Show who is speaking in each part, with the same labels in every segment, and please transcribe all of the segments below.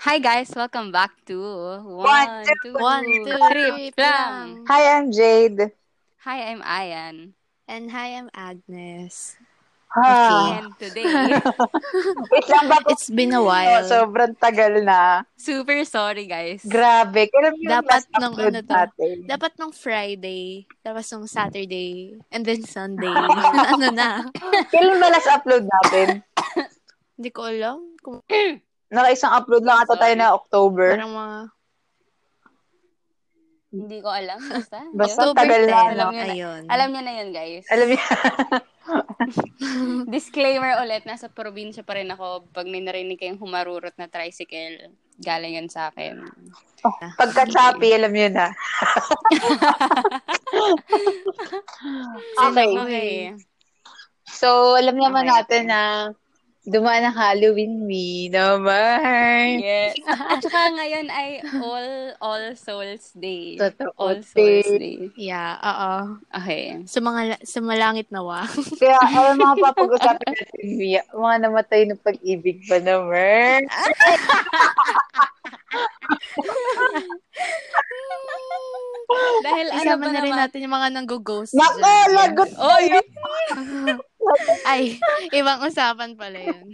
Speaker 1: Hi guys, welcome back to
Speaker 2: One,
Speaker 1: One,
Speaker 2: two,
Speaker 1: Two,
Speaker 2: one,
Speaker 1: Two,
Speaker 2: two,
Speaker 1: Three, Plang.
Speaker 2: Hi, I'm Jade.
Speaker 1: Hi, I'm Ayan.
Speaker 3: And hi, I'm Agnes.
Speaker 2: Ha.
Speaker 1: And today,
Speaker 2: Wait lang ba
Speaker 1: Oh,
Speaker 2: kung
Speaker 3: It's been a
Speaker 2: ano,
Speaker 3: while.
Speaker 2: sobrang tagal na.
Speaker 1: super sorry guys.
Speaker 2: Grabe. Kailan yung
Speaker 3: Dapat
Speaker 2: last
Speaker 3: nung
Speaker 2: upload
Speaker 3: ano to?
Speaker 2: natin?
Speaker 3: Dapat nung Friday, tapos nung Saturday, and then Sunday. ano na?
Speaker 2: Kailan ba last upload natin?
Speaker 3: Hindi ko alam. Kung
Speaker 2: Naka-isang upload lang ata
Speaker 1: Sorry.
Speaker 2: tayo na October.
Speaker 3: parang mga
Speaker 1: Hindi ko alam. Basta.
Speaker 2: Basta
Speaker 1: yun.
Speaker 3: October
Speaker 2: tagal
Speaker 3: 10.
Speaker 2: na,
Speaker 1: alam niyo
Speaker 2: ano.
Speaker 1: na,
Speaker 3: Ayun.
Speaker 1: alam niyo na yun guys.
Speaker 2: Alam niyo,
Speaker 1: Disclaimer ulit, nasa probinsya pa rin ako. Pag may narinig kayong humarurot na tricycle, galing yan sa akin.
Speaker 2: pagka-choppy, alam niyo na. okay.
Speaker 1: Okay.
Speaker 2: So, alam
Speaker 1: Okay.
Speaker 2: naman natin na dumaan ang Halloween me naman.
Speaker 1: Yes. At saka ngayon ay All All Souls Day.
Speaker 2: Totoo.
Speaker 1: All Souls Day.
Speaker 3: Yeah, oo.
Speaker 1: Okay.
Speaker 3: Sa mga la- sa malangit na wa.
Speaker 2: Kaya, alam mga papag-usapan natin, Mia, mga namatay ng pag-ibig ba naman?
Speaker 1: Dahil ano
Speaker 3: Isama
Speaker 1: ba
Speaker 3: na rin
Speaker 1: naman?
Speaker 3: natin yung mga nanggo-ghost.
Speaker 2: Nako,
Speaker 3: dyan.
Speaker 2: lagot
Speaker 1: Oy!
Speaker 3: Ay, ibang usapan pala yun.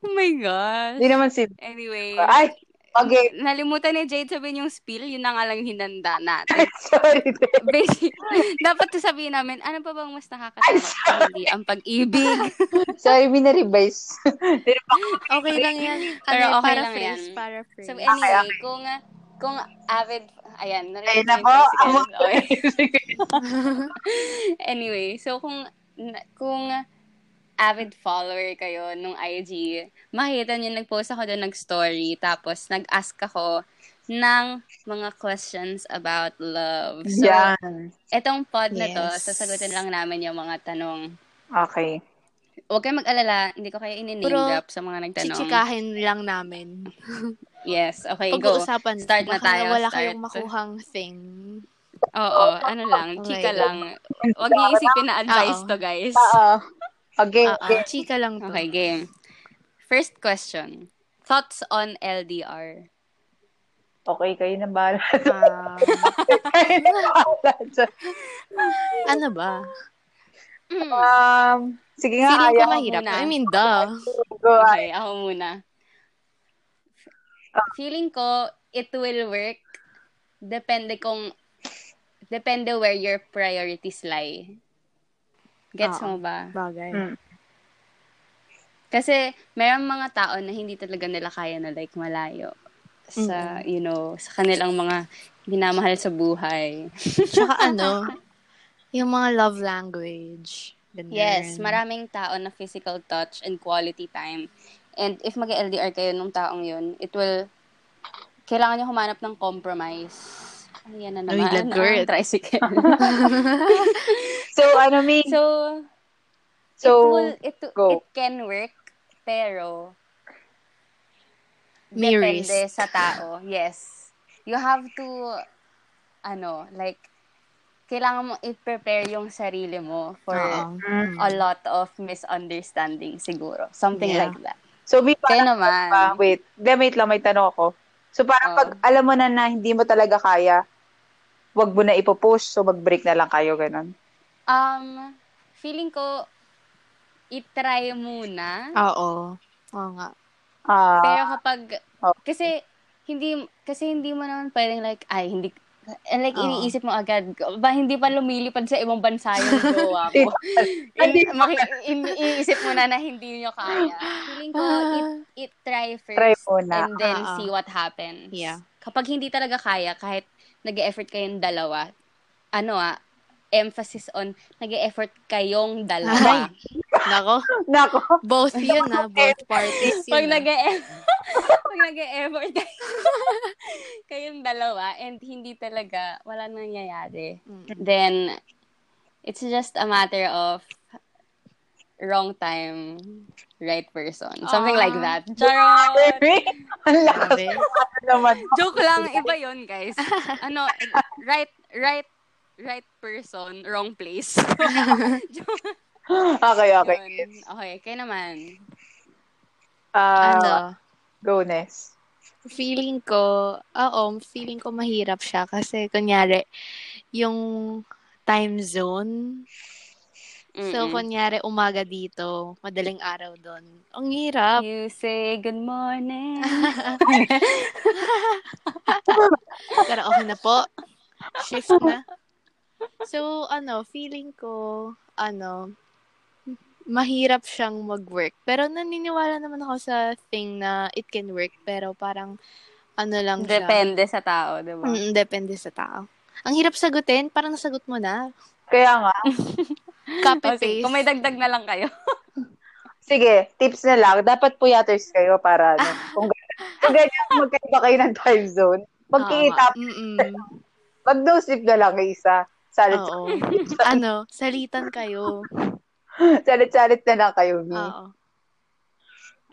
Speaker 1: Oh my gosh.
Speaker 2: Hindi naman si...
Speaker 1: Anyway.
Speaker 2: Ay, okay.
Speaker 1: Nalimutan ni Jade sabihin yung spill. Yun na nga lang yung hinanda natin.
Speaker 2: Sorry.
Speaker 1: Basic. dapat sabihin namin, ano pa bang mas
Speaker 2: Ay,
Speaker 1: nakakatawa? Hindi ang pag-ibig.
Speaker 2: Sorry, minarevise.
Speaker 3: Okay lang yan. Ano,
Speaker 1: Pero okay lang
Speaker 3: paraphrase,
Speaker 1: yan.
Speaker 3: Paraphrase.
Speaker 1: So anyway, kung uh, kung avid, ayan,
Speaker 2: Ay,
Speaker 1: narinig ko yung
Speaker 2: nako.
Speaker 1: tricycle.
Speaker 2: Amo.
Speaker 1: Okay. anyway, so kung na- kung avid follower kayo nung IG, makikita niyo nag-post ako doon nag-story tapos nag-ask ako ng mga questions about love. So,
Speaker 2: Yan.
Speaker 1: etong pod na to,
Speaker 3: Yes.
Speaker 1: sasagutin lang namin yung mga tanong.
Speaker 2: Okay.
Speaker 1: Huwag kayong mag-alala, hindi ko kayo in-name
Speaker 3: Puro
Speaker 1: drop sa mga nagtanong.
Speaker 3: Chichikahin lang namin.
Speaker 1: Yes, okay, go.
Speaker 3: Pag-uusapan.
Speaker 1: Start na
Speaker 3: Baka
Speaker 1: tayo,
Speaker 3: Wala
Speaker 1: start.
Speaker 3: kayong makuhang thing.
Speaker 1: Oo, ano lang,
Speaker 3: Okay.
Speaker 1: chika lang. Huwag niyo isipin na advice
Speaker 3: Oo.
Speaker 1: to, guys.
Speaker 2: Oo. Okay.
Speaker 3: Ah,
Speaker 2: okay.
Speaker 3: ah, chika lang to.
Speaker 1: Okay, game. First question. Thoughts on LDR?
Speaker 2: Okay, kayo na bahala.
Speaker 3: Ah,
Speaker 2: Kayo na bahala dyan.
Speaker 3: ano ba?
Speaker 1: Mm.
Speaker 2: um, sige nga,
Speaker 3: Feeling ko
Speaker 2: ayaw.
Speaker 3: mahirap.
Speaker 1: muna.
Speaker 3: I mean, duh.
Speaker 2: Go,
Speaker 1: Okay, ako muna.
Speaker 3: Ah.
Speaker 1: Feeling ko, it will work. Depende kung, depende where your priorities lie. Gets
Speaker 3: Oo.
Speaker 1: mo ba?
Speaker 3: Bagay.
Speaker 2: Mm.
Speaker 1: Kasi, mayroong mga tao na hindi talaga nila kaya na like malayo sa, you know, sa kanilang mga minamahal sa buhay.
Speaker 3: Tsaka ano, yung mga love language. Ganun.
Speaker 1: Yes, maraming tao na physical touch and quality time. And if mag-LDR kayo nung taong yun, it will, kailangan nyo humanap ng compromise. Ayan na naman.
Speaker 3: Uy, lagot.
Speaker 1: ang tricycle.
Speaker 2: So, ano, Mi?
Speaker 1: so,
Speaker 2: So,
Speaker 1: it, will, it,
Speaker 2: go.
Speaker 1: it can work, pero,
Speaker 3: May
Speaker 1: depende
Speaker 3: risk.
Speaker 1: sa tao. Yes. You have to, ano, like, kailangan mo i-prepare yung sarili mo for
Speaker 3: Oo.
Speaker 2: Mm.
Speaker 1: a lot of misunderstanding siguro. Something
Speaker 3: Yeah.
Speaker 1: like that.
Speaker 2: so, Mi,
Speaker 1: Kayo
Speaker 2: parang
Speaker 1: naman.
Speaker 2: Ah, wait. Hindi, wait lang. May tanong ako. So, parang
Speaker 1: Oh.
Speaker 2: pag alam mo na na hindi mo talaga kaya, wag mo na ipopost. So, mag-break na lang kayo. Ganun.
Speaker 1: Um, feeling ko, itry muna.
Speaker 3: Oo. Oo nga.
Speaker 2: Ah,
Speaker 1: Pero kapag,
Speaker 2: Oh.
Speaker 1: kasi, hindi, kasi hindi mo naman pwedeng like, ay, hindi, and like,
Speaker 3: Oo.
Speaker 1: iniisip mo agad, ba, hindi pa lumilipad sa ibang bansa yung jowa mo.
Speaker 2: Hindi.
Speaker 1: In- maki- iniisip mo na na hindi nyo kaya. Feeling ko, it, it try first.
Speaker 2: Try muna.
Speaker 1: And then
Speaker 3: Oo.
Speaker 1: see what happens.
Speaker 3: Yeah.
Speaker 1: Kapag hindi talaga kaya, kahit nag-e-effort kayong dalawa, ano ah, emphasis on nag-e-effort kayong dalawa.
Speaker 3: Nako.
Speaker 2: nako.
Speaker 3: Both yun na. Both parties
Speaker 1: Pag
Speaker 3: yun. ah. na.
Speaker 1: nag-e- pag nag-e-effort kayo, kayong dalawa and hindi talaga, wala nangyayari.
Speaker 3: Mm.
Speaker 1: Then, it's just a matter of wrong time, right person. Something
Speaker 3: Ah.
Speaker 1: like that. Charot!
Speaker 2: Baby, ang lakas
Speaker 3: Grabe.
Speaker 2: na naman.
Speaker 1: Joke lang, iba yon guys. Ano, right, right, right person, wrong place. Joke
Speaker 2: Okay, okay.
Speaker 1: yun. Okay, kayo naman.
Speaker 2: Ah,
Speaker 3: Ano?
Speaker 2: Go, Ness.
Speaker 3: feeling ko, oo, feeling ko mahirap siya kasi kunyari, yung time zone.
Speaker 1: Mm-mm.
Speaker 3: So, kunyari, umaga dito, madaling araw doon. Ang hirap.
Speaker 1: You say good morning.
Speaker 3: Pero okay na po. Shift na. So, ano, feeling ko, ano, mahirap siyang mag-work. Pero naniniwala naman ako sa thing na it can work. Pero parang, ano lang siya.
Speaker 1: Depende sa tao, di ba?
Speaker 3: Mm, depende sa tao. Ang hirap sagutin, parang nasagot mo na.
Speaker 2: Kaya nga.
Speaker 1: O, Oh, sige,
Speaker 3: Copy-paste.
Speaker 1: Kung may dagdag na lang kayo.
Speaker 2: Sige, tips na lang. Dapat puyaters kayo para ano, kung, ganyan, kung ganyan magkaiba kayo ng time zone. Magkikita,
Speaker 3: Tama. Mm-mm.
Speaker 2: mag-no sleep na lang kayo isa. Salit,
Speaker 3: Oo. ano, salitan kayo.
Speaker 2: salit-salit na lang kayo, V.
Speaker 3: Oo.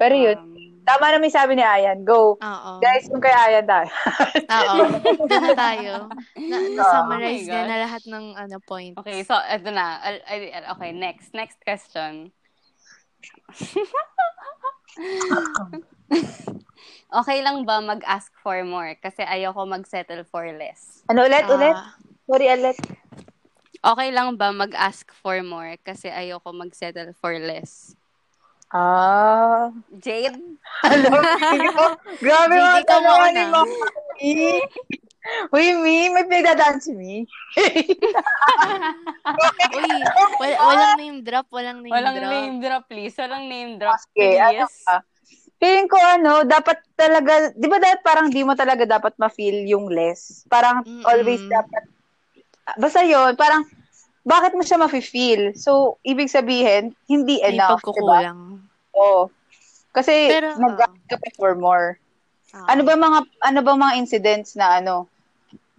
Speaker 2: Pero yun,
Speaker 1: Um,
Speaker 2: tama naman yung sabi ni Ayan. Go.
Speaker 3: Oo.
Speaker 2: Guys, kung kay Ayan tayo.
Speaker 3: Oo. Doon na tayo. Na,
Speaker 2: Ah,
Speaker 3: na-summarize
Speaker 1: Oh my
Speaker 3: niya
Speaker 1: gosh.
Speaker 3: na lahat ng ano point.
Speaker 1: okay, so, eto na. Al- al- al- Okay, next. Next question. okay lang ba mag-ask for more? Kasi ayoko mag-settle for less.
Speaker 2: Ano ulit,
Speaker 3: Ah,
Speaker 2: ulit? Sorry, ulit.
Speaker 1: Okay lang ba mag-ask for more? Kasi ayoko mag-settle for less.
Speaker 2: Ah.
Speaker 1: Jade?
Speaker 2: Hello, Mio. Grabe
Speaker 3: Gigi,
Speaker 2: mga
Speaker 3: ikaw
Speaker 2: talawa
Speaker 3: mauna.
Speaker 2: ni Mama. Mi. Uy, Mi, may pinagdadaan si Mi.
Speaker 3: Uy, wal, walang name drop, walang name
Speaker 1: Walang
Speaker 3: drop.
Speaker 1: name drop, please. Walang name drop,
Speaker 2: Okay, ano
Speaker 1: please.
Speaker 2: ka? Feeling ko ano, dapat talaga, di ba dapat parang di mo talaga dapat ma-feel yung less. Parang
Speaker 3: Mm-mm.
Speaker 2: always dapat, ah, basta yon parang, bakit mo siya ma-feel? So, ibig sabihin, hindi
Speaker 3: May
Speaker 2: enough, di ba?
Speaker 3: pagkukulang.
Speaker 2: Oo. Kasi,
Speaker 3: Pero, ah.
Speaker 2: nag ka pa for more.
Speaker 3: Oo.
Speaker 2: Ano ba mga, ano ba mga incidents na ano?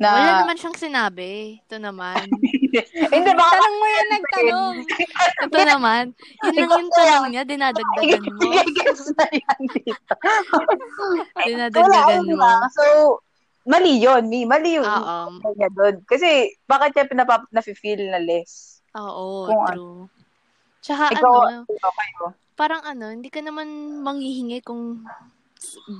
Speaker 2: Na,
Speaker 3: Wala naman siyang sinabi. Ito naman.
Speaker 2: hindi, baka
Speaker 1: Tanong mo yan, nagtanong.
Speaker 3: Ito naman. Yun lang yung tanong niya, dinadagdagan mo.
Speaker 2: Igigis na yan eh. dito.
Speaker 3: Dinadagdagan
Speaker 2: ayun
Speaker 3: mo.
Speaker 2: lang. So, mali yun, Mi. Mali yun.
Speaker 3: Oo.
Speaker 2: Kanya doon. Kasi, bakit siya pinapap- nafe-feel na less?
Speaker 3: Oo,
Speaker 2: Kung ano.
Speaker 3: true. Tsaka
Speaker 2: Ikaw,
Speaker 3: ano,
Speaker 2: ikaw kayo.
Speaker 3: parang ano, hindi ka naman manghihingi kung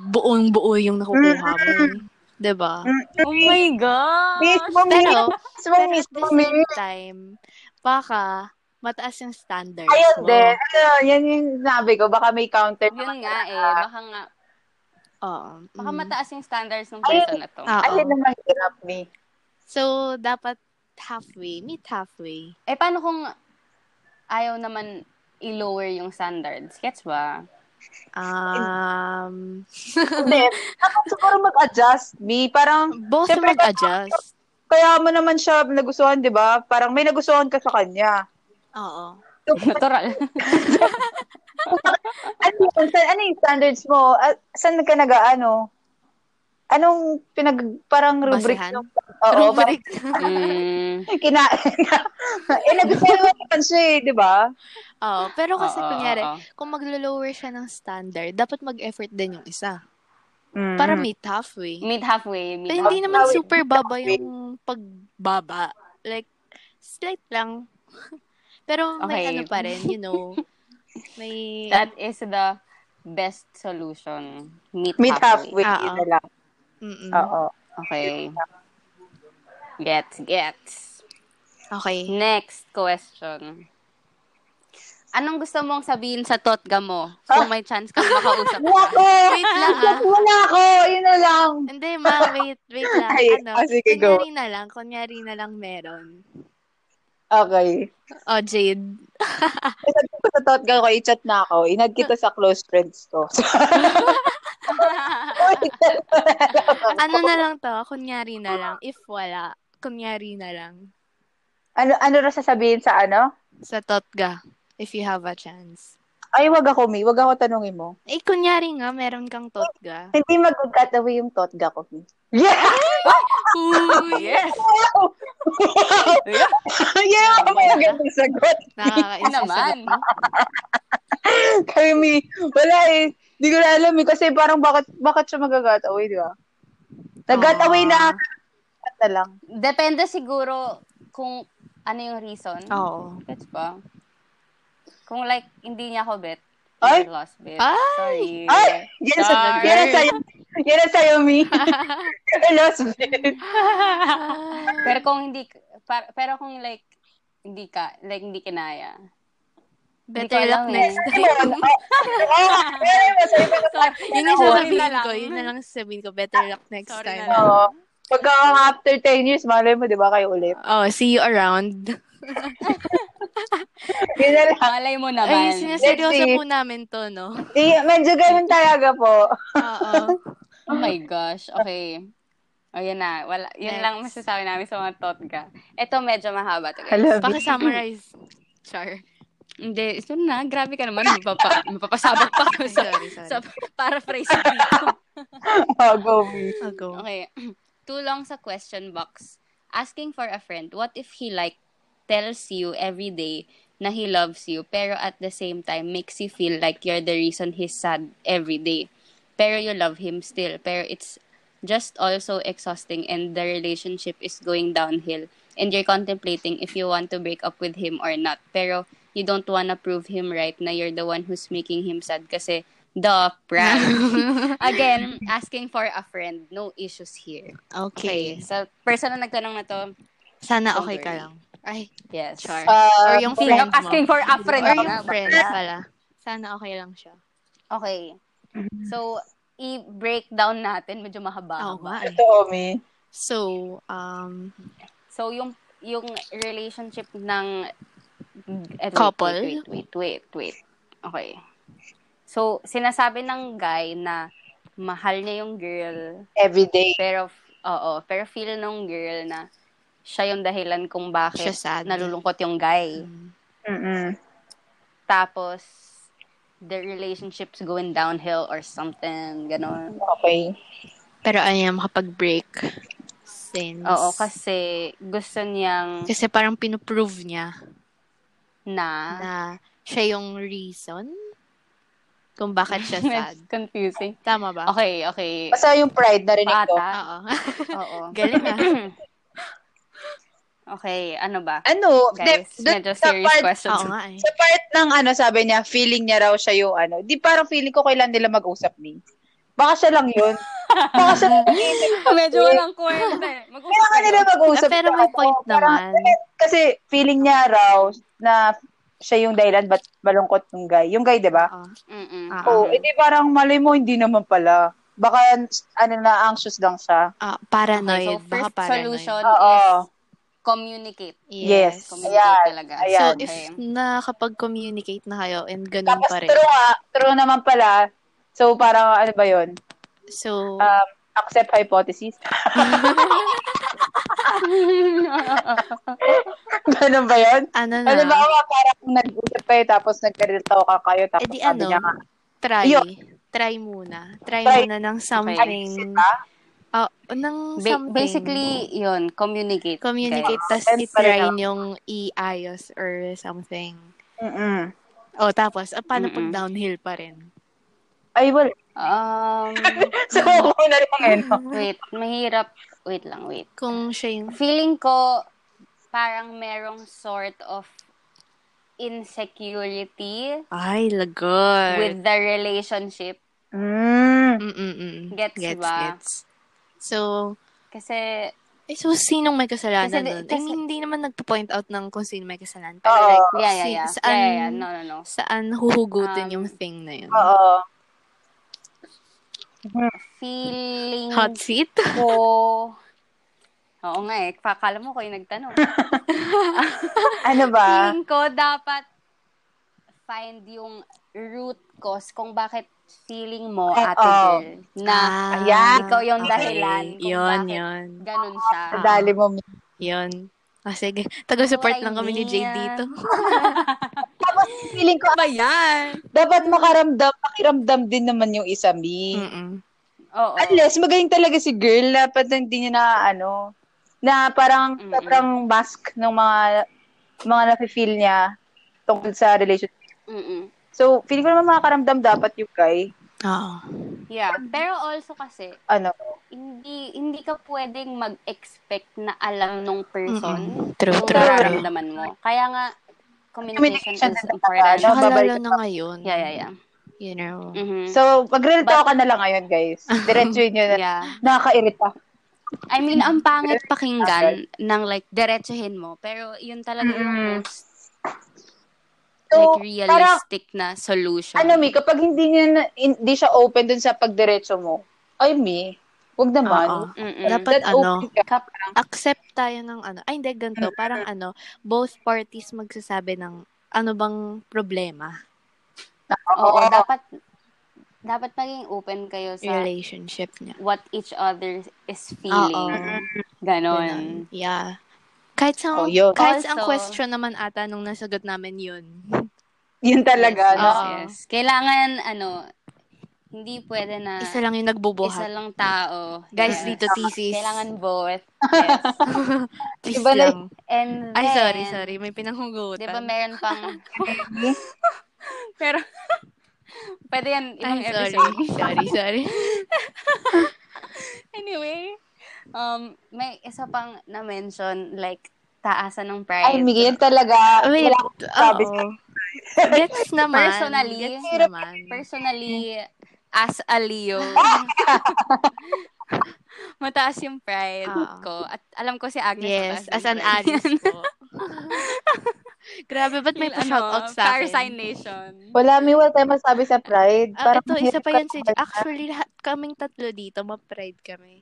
Speaker 3: buong buo yung nakukuha mo.
Speaker 2: Mm-hmm.
Speaker 3: eh. 'Di ba?
Speaker 1: Oh my God!
Speaker 2: Miss mo, Mi.
Speaker 3: Ah, Pero,
Speaker 2: Miss mo,
Speaker 3: pero at
Speaker 2: miss
Speaker 3: the
Speaker 2: mo, Mi.
Speaker 3: same time, baka mataas yung standards
Speaker 2: Ayun
Speaker 3: mo.
Speaker 2: din. Ano, yan yung sabi ko. Baka may counter.
Speaker 1: Yun nga eh. Baka nga,
Speaker 3: Oo.
Speaker 1: baka
Speaker 3: Mm.
Speaker 1: mataas yung standards ng
Speaker 2: Ay.
Speaker 1: person na to.
Speaker 3: Oo.
Speaker 2: Ayun naman hirap, Mi.
Speaker 3: So, dapat halfway, meet halfway.
Speaker 1: Eh, paano kung ayaw naman i-lower yung standards? Gets ba?
Speaker 3: Um,
Speaker 2: Hindi. Dapat siguro mag-adjust, Mi. Parang,
Speaker 3: both
Speaker 2: Siyempre,
Speaker 3: mag-adjust.
Speaker 2: kaya mo naman siya nagustuhan, di ba? Parang may nagustuhan ka sa kanya.
Speaker 3: Oo.
Speaker 2: So,
Speaker 1: Natural.
Speaker 2: ano, yun? Sa- ano yung standards mo? Ah, saan ka nag ano? Anong pinag parang rubric
Speaker 3: Basehan?
Speaker 2: ng Oo, parang
Speaker 3: Rubric.
Speaker 1: mm,
Speaker 2: kina eh nagustuhan mo naman siya eh, di ba?
Speaker 3: Oo. Pero kasi
Speaker 1: oo,
Speaker 3: kunyari,
Speaker 1: oo.
Speaker 3: kung maglo-lower siya ng standard, dapat mag-effort din yung isa.
Speaker 2: Mm.
Speaker 3: Para
Speaker 1: Mm-hmm.
Speaker 3: meet halfway.
Speaker 1: Meet halfway. Meet
Speaker 3: Pero hindi
Speaker 1: halfway.
Speaker 3: naman
Speaker 2: Halfway.
Speaker 3: super baba yung pagbaba. Like, slight lang. Pero may
Speaker 1: Okay.
Speaker 3: ano pa rin, you know. May,
Speaker 1: That is the best solution. Meet,
Speaker 2: Meet halfway,
Speaker 3: Ah, Mm.
Speaker 2: yun
Speaker 3: ah.
Speaker 2: na lang.
Speaker 3: Mm-mm.
Speaker 2: Oo.
Speaker 1: Okay. Gets, gets.
Speaker 3: Okay.
Speaker 1: Next question. Anong gusto mong sabihin sa totga mo kung may chance kang makausap
Speaker 2: Wala
Speaker 1: ka?
Speaker 2: ko!
Speaker 3: Wait lang ah.
Speaker 2: Wala ko! Yun na lang.
Speaker 3: Hindi, ma, wait, wait lang.
Speaker 2: Ay,
Speaker 3: ano,
Speaker 2: ah, sige, go.
Speaker 3: kunyari na lang, kunyari na lang meron.
Speaker 2: Okay.
Speaker 3: O, Jade.
Speaker 2: Sabi ko sa thought ko, i-chat na ako. Inad kita sa close friends ko.
Speaker 3: Ano na lang to, kunyari na lang. If wala, kunyari na lang.
Speaker 2: ano, ano na sasabihin sa ano?
Speaker 3: Sa Totga, if you have a chance.
Speaker 2: Ay, wag ako, Mi. Wag ako tanungin mo.
Speaker 3: Eh, kunyari nga, meron kang Totga.
Speaker 2: Hindi mag-cut away yung totga ko, Mi. Yeah!
Speaker 3: Uy,
Speaker 1: yes!
Speaker 2: Wow!
Speaker 1: Yeah.
Speaker 2: yeah! May magandang sagot.
Speaker 3: nakakainis
Speaker 1: naman.
Speaker 2: Kami, Mi. Wala eh. Hindi ko na alam, Mi. Kasi parang bakit, bakit siya mag-cut away, di ba? Nag-cut away na. Cut na lang.
Speaker 1: Depende siguro kung ano yung reason.
Speaker 3: Oo.
Speaker 1: Gets ba? Kung like, hindi niya ako bet.
Speaker 2: Ay!
Speaker 1: I lost bet.
Speaker 3: Ay!
Speaker 1: Sorry.
Speaker 2: Ay! Yes!
Speaker 1: Sorry.
Speaker 2: Yes! Ay, Yan ang sa'yo, Mi. You're lost, babe.
Speaker 1: Pero kung hindi, par- pero kung like, hindi ka, like, hindi kinaya.
Speaker 3: Better
Speaker 1: Hindi ko
Speaker 3: luck
Speaker 1: alam
Speaker 3: next
Speaker 1: eh.
Speaker 3: time.
Speaker 2: Oo, pero yung masaya pa
Speaker 4: So,
Speaker 3: yun yung
Speaker 4: Sorry
Speaker 3: sasabihin
Speaker 4: na lang.
Speaker 3: ko. Ah, Yun na lang sasabihin ko. Better luck next
Speaker 4: Sorry
Speaker 3: time.
Speaker 4: na lang.
Speaker 2: Oo. Pagka mga after 10 years, malay mo, di ba, kayo ulit.
Speaker 3: Oh, see you around.
Speaker 2: Yun na lang.
Speaker 1: Malay mo
Speaker 3: Ay,
Speaker 1: naman.
Speaker 3: sinaseryoso
Speaker 2: Let's see.
Speaker 3: po namin to, no?
Speaker 2: Di, medyo ganun talaga po.
Speaker 3: Oo.
Speaker 1: Oh my gosh. Okay. O, yun na. Wala, yun
Speaker 3: Next.
Speaker 1: lang masasabi namin sa mga totga. Ito, medyo mahaba to. guys.
Speaker 2: I love you.
Speaker 3: Pakisummarize. Char.
Speaker 1: Hindi, ito na. Grabe ka naman. Mapapa, mapapasabak pa ako sa,
Speaker 3: Sorry, sorry.
Speaker 1: sa paraphrase dito.
Speaker 2: Oh, go, Mi.
Speaker 3: I'll go.
Speaker 1: Okay. Too long sa question box. Asking for a friend, what if he like tells you every day na he loves you pero at the same time makes you feel like you're the reason he's sad every day. Pero you love him still. Pero it's just also exhausting and the relationship is going downhill and you're contemplating if you want to break up with him or not. Pero you don't wanna prove him right na you're the one who's making him sad kasi the prank. Again, asking for a friend. No issues here.
Speaker 3: okay.
Speaker 1: So, person na nagtanong na to,
Speaker 3: Sana
Speaker 1: Don't
Speaker 3: okay ka
Speaker 1: worry.
Speaker 3: lang. Ay,
Speaker 1: yes.
Speaker 3: Char.
Speaker 2: Uh,
Speaker 3: or yung
Speaker 1: Speaking
Speaker 3: friend
Speaker 1: of asking
Speaker 3: mo.
Speaker 1: for a friend.
Speaker 3: Or
Speaker 1: ako
Speaker 3: yung
Speaker 1: nga.
Speaker 3: friend pala. Sana okay lang siya.
Speaker 1: Okay. So, i-breakdown natin. Medyo mahaba.
Speaker 3: nga eh.
Speaker 2: ito, oh, Mi.
Speaker 3: So, um,
Speaker 1: So, yung yung relationship ng eto,
Speaker 3: Couple?
Speaker 1: Wait, wait, wait, wait, wait. Okay. So, sinasabi ng guy na mahal niya yung girl,
Speaker 2: Every day.
Speaker 1: pero, oo, pero feel nung girl na siya yung dahilan kung
Speaker 3: siya
Speaker 1: bakit
Speaker 3: sad.
Speaker 1: Ah,
Speaker 2: Mm-hmm.
Speaker 1: nalulungkot yung guy.
Speaker 3: Mm.
Speaker 2: Mm-mm.
Speaker 1: Tapos, the relationship's going downhill or something, gano'n.
Speaker 2: Okay.
Speaker 3: Pero ano yan, makapag-break.
Speaker 2: Mm-hmm.
Speaker 3: Since.
Speaker 1: Oo, kasi gusto niyang
Speaker 3: Kasi parang pinuprove niya
Speaker 1: na...
Speaker 3: na siya yung reason kung bakit siya sad.
Speaker 1: It's confusing.
Speaker 3: Tama ba?
Speaker 1: Okay, okay.
Speaker 2: Basta yung pride, narinig ko.
Speaker 1: Bata.
Speaker 3: Oo.
Speaker 1: Oo.
Speaker 3: Galing ah.
Speaker 1: Okay, ano ba?
Speaker 2: Ano?
Speaker 1: Guys,
Speaker 2: di- dun
Speaker 1: medyo
Speaker 2: sa
Speaker 1: serious
Speaker 2: part,
Speaker 1: questions.
Speaker 3: Oo nga eh.
Speaker 2: sa part ng ano, sabi niya, feeling niya raw siya yung ano. Di parang feeling ko kailan nila mag-usap ni. Baka siya lang yun. Baka siya lang yun.
Speaker 1: Medyo walang kwenta eh. Mag-usap
Speaker 2: Kailangan nila mag-usap.
Speaker 3: Ah, pero may
Speaker 2: Oo,
Speaker 3: point
Speaker 2: parang- eh,
Speaker 3: naman.
Speaker 2: Kasi feeling niya raw na siya yung dahilan ba't malungkot ng guy. Yung guy, di ba?
Speaker 3: Oo.
Speaker 1: Mm-mm.
Speaker 3: Ah.
Speaker 2: Oo. Eh di parang malay mo, hindi naman pala. Baka, ano na, anxious lang siya.
Speaker 3: Ah,
Speaker 1: Okay, so
Speaker 3: paranoid. Baka
Speaker 1: first
Speaker 3: paranoid.
Speaker 1: solution is
Speaker 2: Oo.
Speaker 1: communicate.
Speaker 2: Yes.
Speaker 1: Communicate
Speaker 2: Ayan,
Speaker 1: talaga.
Speaker 2: ayan.
Speaker 3: So,
Speaker 1: Okay.
Speaker 3: if nakapag-communicate na kayo and ganun
Speaker 2: Tapos
Speaker 3: pa rin.
Speaker 2: true nga, true naman pala. So parang ano ba yun?
Speaker 3: So,
Speaker 1: Ah,
Speaker 2: Um, accept hypothesis. Ganun ba yun?
Speaker 3: ano na,
Speaker 2: Ano ba ako parang nag-usap kayo tapos nagkarelto ka kayo tapos
Speaker 3: Eh, di
Speaker 2: sabi
Speaker 3: ano,
Speaker 2: niya nga,
Speaker 3: try.
Speaker 2: Yun.
Speaker 3: Try muna. Try,
Speaker 2: Try.
Speaker 3: muna ng
Speaker 2: ayos
Speaker 3: something.
Speaker 2: ka?
Speaker 3: Oh, ng
Speaker 1: Ba-
Speaker 3: something.
Speaker 1: basically, yun, communicate.
Speaker 3: communicate, tas
Speaker 2: And
Speaker 3: i-try
Speaker 2: parang-
Speaker 3: niyong iayos or something.
Speaker 2: Mm-mm.
Speaker 3: Oh, tapos, ah, paano pag
Speaker 1: Mm-mm.
Speaker 3: downhill pa rin?
Speaker 2: Ay, wala.
Speaker 1: Guys. Um,
Speaker 2: So, ako na lang yun.
Speaker 1: wait, mahirap. Wait lang, wait.
Speaker 3: Kung siya yung...
Speaker 1: Feeling ko, parang merong sort of insecurity
Speaker 3: Ay, lagot.
Speaker 1: with the relationship.
Speaker 2: Mm.
Speaker 3: Mm-mm-mm.
Speaker 1: Gets ba?
Speaker 3: diba? So,
Speaker 1: Kasi,
Speaker 3: eh, so, sinong may kasalanan
Speaker 1: Kasi di-
Speaker 3: nun?
Speaker 1: kasi-
Speaker 3: I mean, hindi naman nagpo-point out ng kung sino may kasalanan. Pero
Speaker 2: Oo.
Speaker 3: like,
Speaker 1: yeah, yeah,
Speaker 3: si-
Speaker 1: yeah. yeah,
Speaker 3: saan,
Speaker 1: yeah, yeah. No, no, no.
Speaker 3: saan huhugutin
Speaker 1: Um,
Speaker 3: yung thing na yun?
Speaker 2: Oo.
Speaker 1: Feeling
Speaker 3: Hot seat?
Speaker 1: ko... Oo nga eh. Pakala mo ko yung nagtanong.
Speaker 3: Ah.
Speaker 2: Ano ba?
Speaker 1: Feeling ko, dapat find yung root cause kung bakit feeling mo,
Speaker 2: Ay,
Speaker 1: ate
Speaker 2: oo.
Speaker 1: girl, na
Speaker 2: ayan.
Speaker 1: ikaw yung
Speaker 3: oh. Ah, okay.
Speaker 1: dahilan kung
Speaker 3: Yun,
Speaker 1: bakit
Speaker 3: yun.
Speaker 1: ganun siya.
Speaker 3: Ah.
Speaker 2: Dali mo. Mi.
Speaker 3: Yun. Ah, sige. Taga-support
Speaker 1: Oh, I
Speaker 3: lang kami ni Jade
Speaker 1: mean.
Speaker 3: dito.
Speaker 2: Tapos, feeling
Speaker 1: Ano
Speaker 2: ko,
Speaker 3: ba yan?
Speaker 2: dapat makaramdam, makiramdam din naman yung isa, Mi.
Speaker 1: Mm.
Speaker 3: Mm-mm.
Speaker 1: Oo.
Speaker 2: Unless, magaling talaga si girl, dapat hindi niya na, ano, na parang
Speaker 1: Mm-mm.
Speaker 2: sobrang mask ng mga, mga nafe-feel niya tungkol sa relationship.
Speaker 1: Mm-mm.
Speaker 2: So, feeling ko naman makakaramdam dapat yung guy.
Speaker 3: Oo.
Speaker 1: Yeah. Pero also kasi,
Speaker 2: Ano?
Speaker 1: hindi hindi ka pwedeng mag-expect na alam nung person
Speaker 3: Mm-mm. True,
Speaker 1: kung
Speaker 3: true, true.
Speaker 1: nararamdaman mo. Kaya nga, communication,
Speaker 2: Communication
Speaker 1: is
Speaker 2: na
Speaker 1: important.
Speaker 2: No,
Speaker 3: Tsaka
Speaker 2: babalik
Speaker 3: lalo na
Speaker 2: ako.
Speaker 3: ngayon.
Speaker 1: Ano, Yeah, yeah, yeah.
Speaker 3: You know?
Speaker 1: Mhm.
Speaker 2: So, mag-real talk ka na lang ngayon, guys. Diretso yun yun.
Speaker 1: yeah.
Speaker 2: Nakakairita.
Speaker 1: I mean, ang pangit pakinggan ng like, diretsuhin mo. Pero yun talaga yung
Speaker 2: Mm.
Speaker 1: most
Speaker 2: So,
Speaker 1: like,
Speaker 2: parang,
Speaker 1: realistic na solution.
Speaker 2: ano, Mi, kapag hindi, niya, na- hindi siya open dun sa pagdiretso mo, ay, Mi, wag
Speaker 3: Oo.
Speaker 2: naman.
Speaker 1: Mm-mm.
Speaker 3: Dapat
Speaker 2: That
Speaker 3: ano,
Speaker 2: open ka.
Speaker 3: accept tayo ng ano. Ay, hindi, ganito. Parang ano, both parties magsasabi ng ano bang problema,
Speaker 1: Oo,
Speaker 2: Oo.
Speaker 1: dapat dapat maging open kayo sa
Speaker 3: relationship niya.
Speaker 1: what each other is feeling.
Speaker 3: Oo.
Speaker 1: Ganon.
Speaker 3: Ganun. Yeah. Kahit
Speaker 2: Oh,
Speaker 3: sa,
Speaker 2: yun.
Speaker 3: kahit sa
Speaker 1: Also-
Speaker 3: question naman ata nung nasagot namin yun.
Speaker 2: Yun talaga,
Speaker 1: Yes,
Speaker 2: no?
Speaker 1: yes, yes. Kailangan, ano, hindi pwede na
Speaker 3: Isa lang yung
Speaker 1: isa
Speaker 3: nagbubuhat.
Speaker 1: lang tao.
Speaker 3: Guys,
Speaker 1: Yes.
Speaker 3: dito thesis.
Speaker 1: Kailangan both. Yes.
Speaker 3: Please
Speaker 2: Iba na-
Speaker 3: lang.
Speaker 1: And
Speaker 3: Ay,
Speaker 1: then,
Speaker 3: sorry, sorry. May pinanghugutan.
Speaker 1: Di ba meron pang... Pero, pwede yan, ibang
Speaker 3: Ay, sorry.
Speaker 1: episode.
Speaker 3: sorry, sorry.
Speaker 1: Anyway, um, may isa pang na-mention, like, taasan ng pride.
Speaker 2: Ay, Mi, yun talaga.
Speaker 3: Wait,
Speaker 2: Wala akong sabi
Speaker 3: oo. Gets naman.
Speaker 1: Personally,
Speaker 3: Gets naman.
Speaker 1: Personally, as a Leo, mataas yung pride
Speaker 3: Oo.
Speaker 1: ko. At alam ko si Agnes
Speaker 3: Ah. Yes,
Speaker 1: mataas
Speaker 3: as
Speaker 1: yung
Speaker 3: an
Speaker 1: pride
Speaker 3: Aries
Speaker 1: niyan.
Speaker 3: po. Grabe, ba't may
Speaker 1: Yung
Speaker 3: pa-shoutout
Speaker 1: ano,
Speaker 3: sa
Speaker 1: Fire sign
Speaker 3: akin?
Speaker 1: nation.
Speaker 2: Wala, Mi, wala tayong masabi sa pride.
Speaker 3: Ah,
Speaker 2: Parang
Speaker 3: ito, isa pa yan si...
Speaker 2: hirap ka-
Speaker 3: Actually, lahat kaming tatlo dito, ma-pride kami.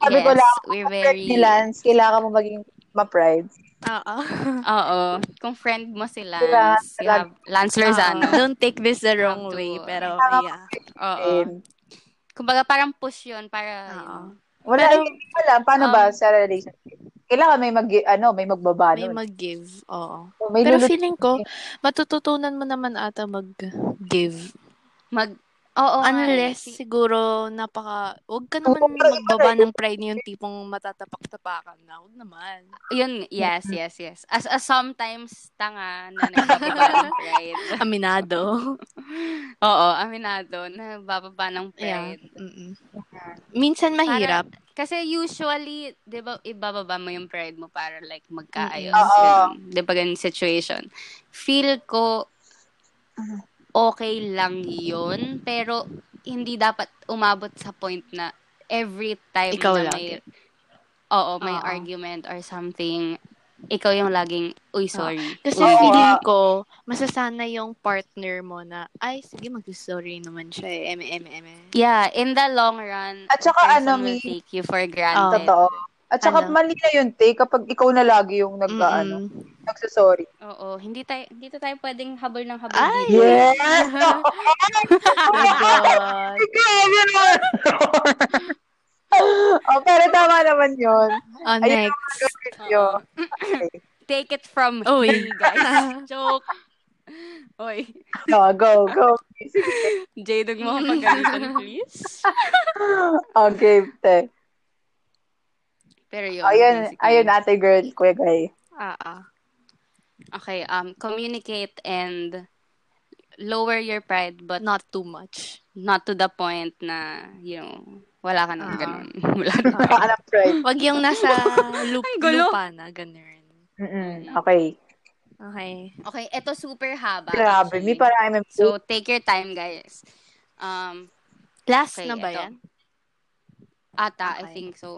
Speaker 2: Sabi
Speaker 1: yes,
Speaker 2: ko lang,
Speaker 1: we're
Speaker 2: Pride
Speaker 1: very...
Speaker 2: ni Lance, kailangan mo maging ma-pride.
Speaker 3: Oo.
Speaker 1: Oo. Kung friend mo si Lance,
Speaker 2: Sila,
Speaker 1: you have Lance Lozano.
Speaker 3: Oo. Don't take this the
Speaker 1: Have
Speaker 3: wrong
Speaker 1: to-
Speaker 3: way, pero
Speaker 2: Tama.
Speaker 3: yeah.
Speaker 1: Oo.
Speaker 2: And,
Speaker 1: Kumbaga parang push yun para
Speaker 3: Oo.
Speaker 1: yun.
Speaker 2: Wala,
Speaker 3: Pero-
Speaker 2: hindi ko alam. Paano
Speaker 1: Um,
Speaker 2: ba sa relationship? Kailangan may mag, ano, may magbaba
Speaker 3: May
Speaker 2: nun.
Speaker 3: mag-give, oo.
Speaker 2: So, may
Speaker 3: Pero
Speaker 2: lulu-
Speaker 3: feeling ko, matututunan mo naman ata mag-give.
Speaker 1: mag Oo. nga eh.
Speaker 3: Unless
Speaker 1: Si-
Speaker 3: siguro napaka... Huwag ka naman
Speaker 2: Oo, pero-
Speaker 3: magbaba ng pride niyo yung tipong matatapak-tapakan na. Huwag naman.
Speaker 1: yun, yes, yes, yes. As a sometimes tanga na nagbababa ng pride.
Speaker 3: Aminado.
Speaker 1: Oo, aminado, nagbababa ng
Speaker 3: yeah.
Speaker 1: pride.
Speaker 3: Mm-mm. Minsan mahirap.
Speaker 1: Kasi usually, di ba, ibababa mo yung pride mo para like magkaayos.
Speaker 2: Mm-mm. Oo.
Speaker 1: ganun. Di ba ganun situation? Feel ko, okay lang yun, pero hindi dapat umabot sa point na every time
Speaker 3: Ikaw
Speaker 1: na may,
Speaker 3: lagi.
Speaker 1: oo, may
Speaker 3: Oo.
Speaker 1: argument or something, ikaw yung laging, uy, sorry.
Speaker 3: Kasi
Speaker 2: Oo,
Speaker 3: feeling
Speaker 2: ah.
Speaker 3: ko, masasana yung partner mo na, ay, sige, mag-sorry naman siya eh. Eme, eme, eme.
Speaker 1: Yeah, in the long run,
Speaker 2: At saka
Speaker 1: the person
Speaker 2: ano,
Speaker 1: will
Speaker 2: may-
Speaker 1: take you for granted.
Speaker 2: Totoo. At saka
Speaker 3: Ano?
Speaker 2: mali na yun, te, kapag ikaw na lagi yung nag, ano,
Speaker 3: Mm-mm.
Speaker 2: nagsasorry.
Speaker 1: Oo, hindi tayo, dito tayo pwedeng habol ng habol
Speaker 3: Ay!
Speaker 1: dito.
Speaker 2: Yes!
Speaker 3: Oh my God.
Speaker 2: Grabe naman! oh, pero tama naman yun. Ayun
Speaker 3: Oh,
Speaker 2: ang
Speaker 3: next.
Speaker 2: gagawin
Speaker 1: Oo.
Speaker 2: yun.
Speaker 1: Take it from
Speaker 3: Uy.
Speaker 1: me, guys. Joke. Oy,
Speaker 2: No, go, go.
Speaker 1: Jadog mo ako pagalitan, please.
Speaker 2: Okay, te.
Speaker 1: Pero yun,
Speaker 2: Ayun,
Speaker 1: basically.
Speaker 2: ayun, ate girl, kuya guy.
Speaker 3: Ah, ah.
Speaker 1: Okay, um, communicate and lower your pride but
Speaker 3: Not too much.
Speaker 1: not to the point na, you know, wala ka nang
Speaker 3: Ah.
Speaker 1: ganun. Wala na.
Speaker 2: Anak pride.
Speaker 3: Wag yung nasa loop,
Speaker 1: Ang gulo.
Speaker 3: lupa na, ganun.
Speaker 2: Mm-mm, okay.
Speaker 3: Okay.
Speaker 1: Okay, ito super haba.
Speaker 2: Grabe,
Speaker 1: actually.
Speaker 2: may parang may
Speaker 1: So, take your time, guys. Um,
Speaker 3: Last
Speaker 1: Okay,
Speaker 3: na ba
Speaker 1: eto.
Speaker 3: yan?
Speaker 1: ata, I
Speaker 3: Okay.
Speaker 1: think so.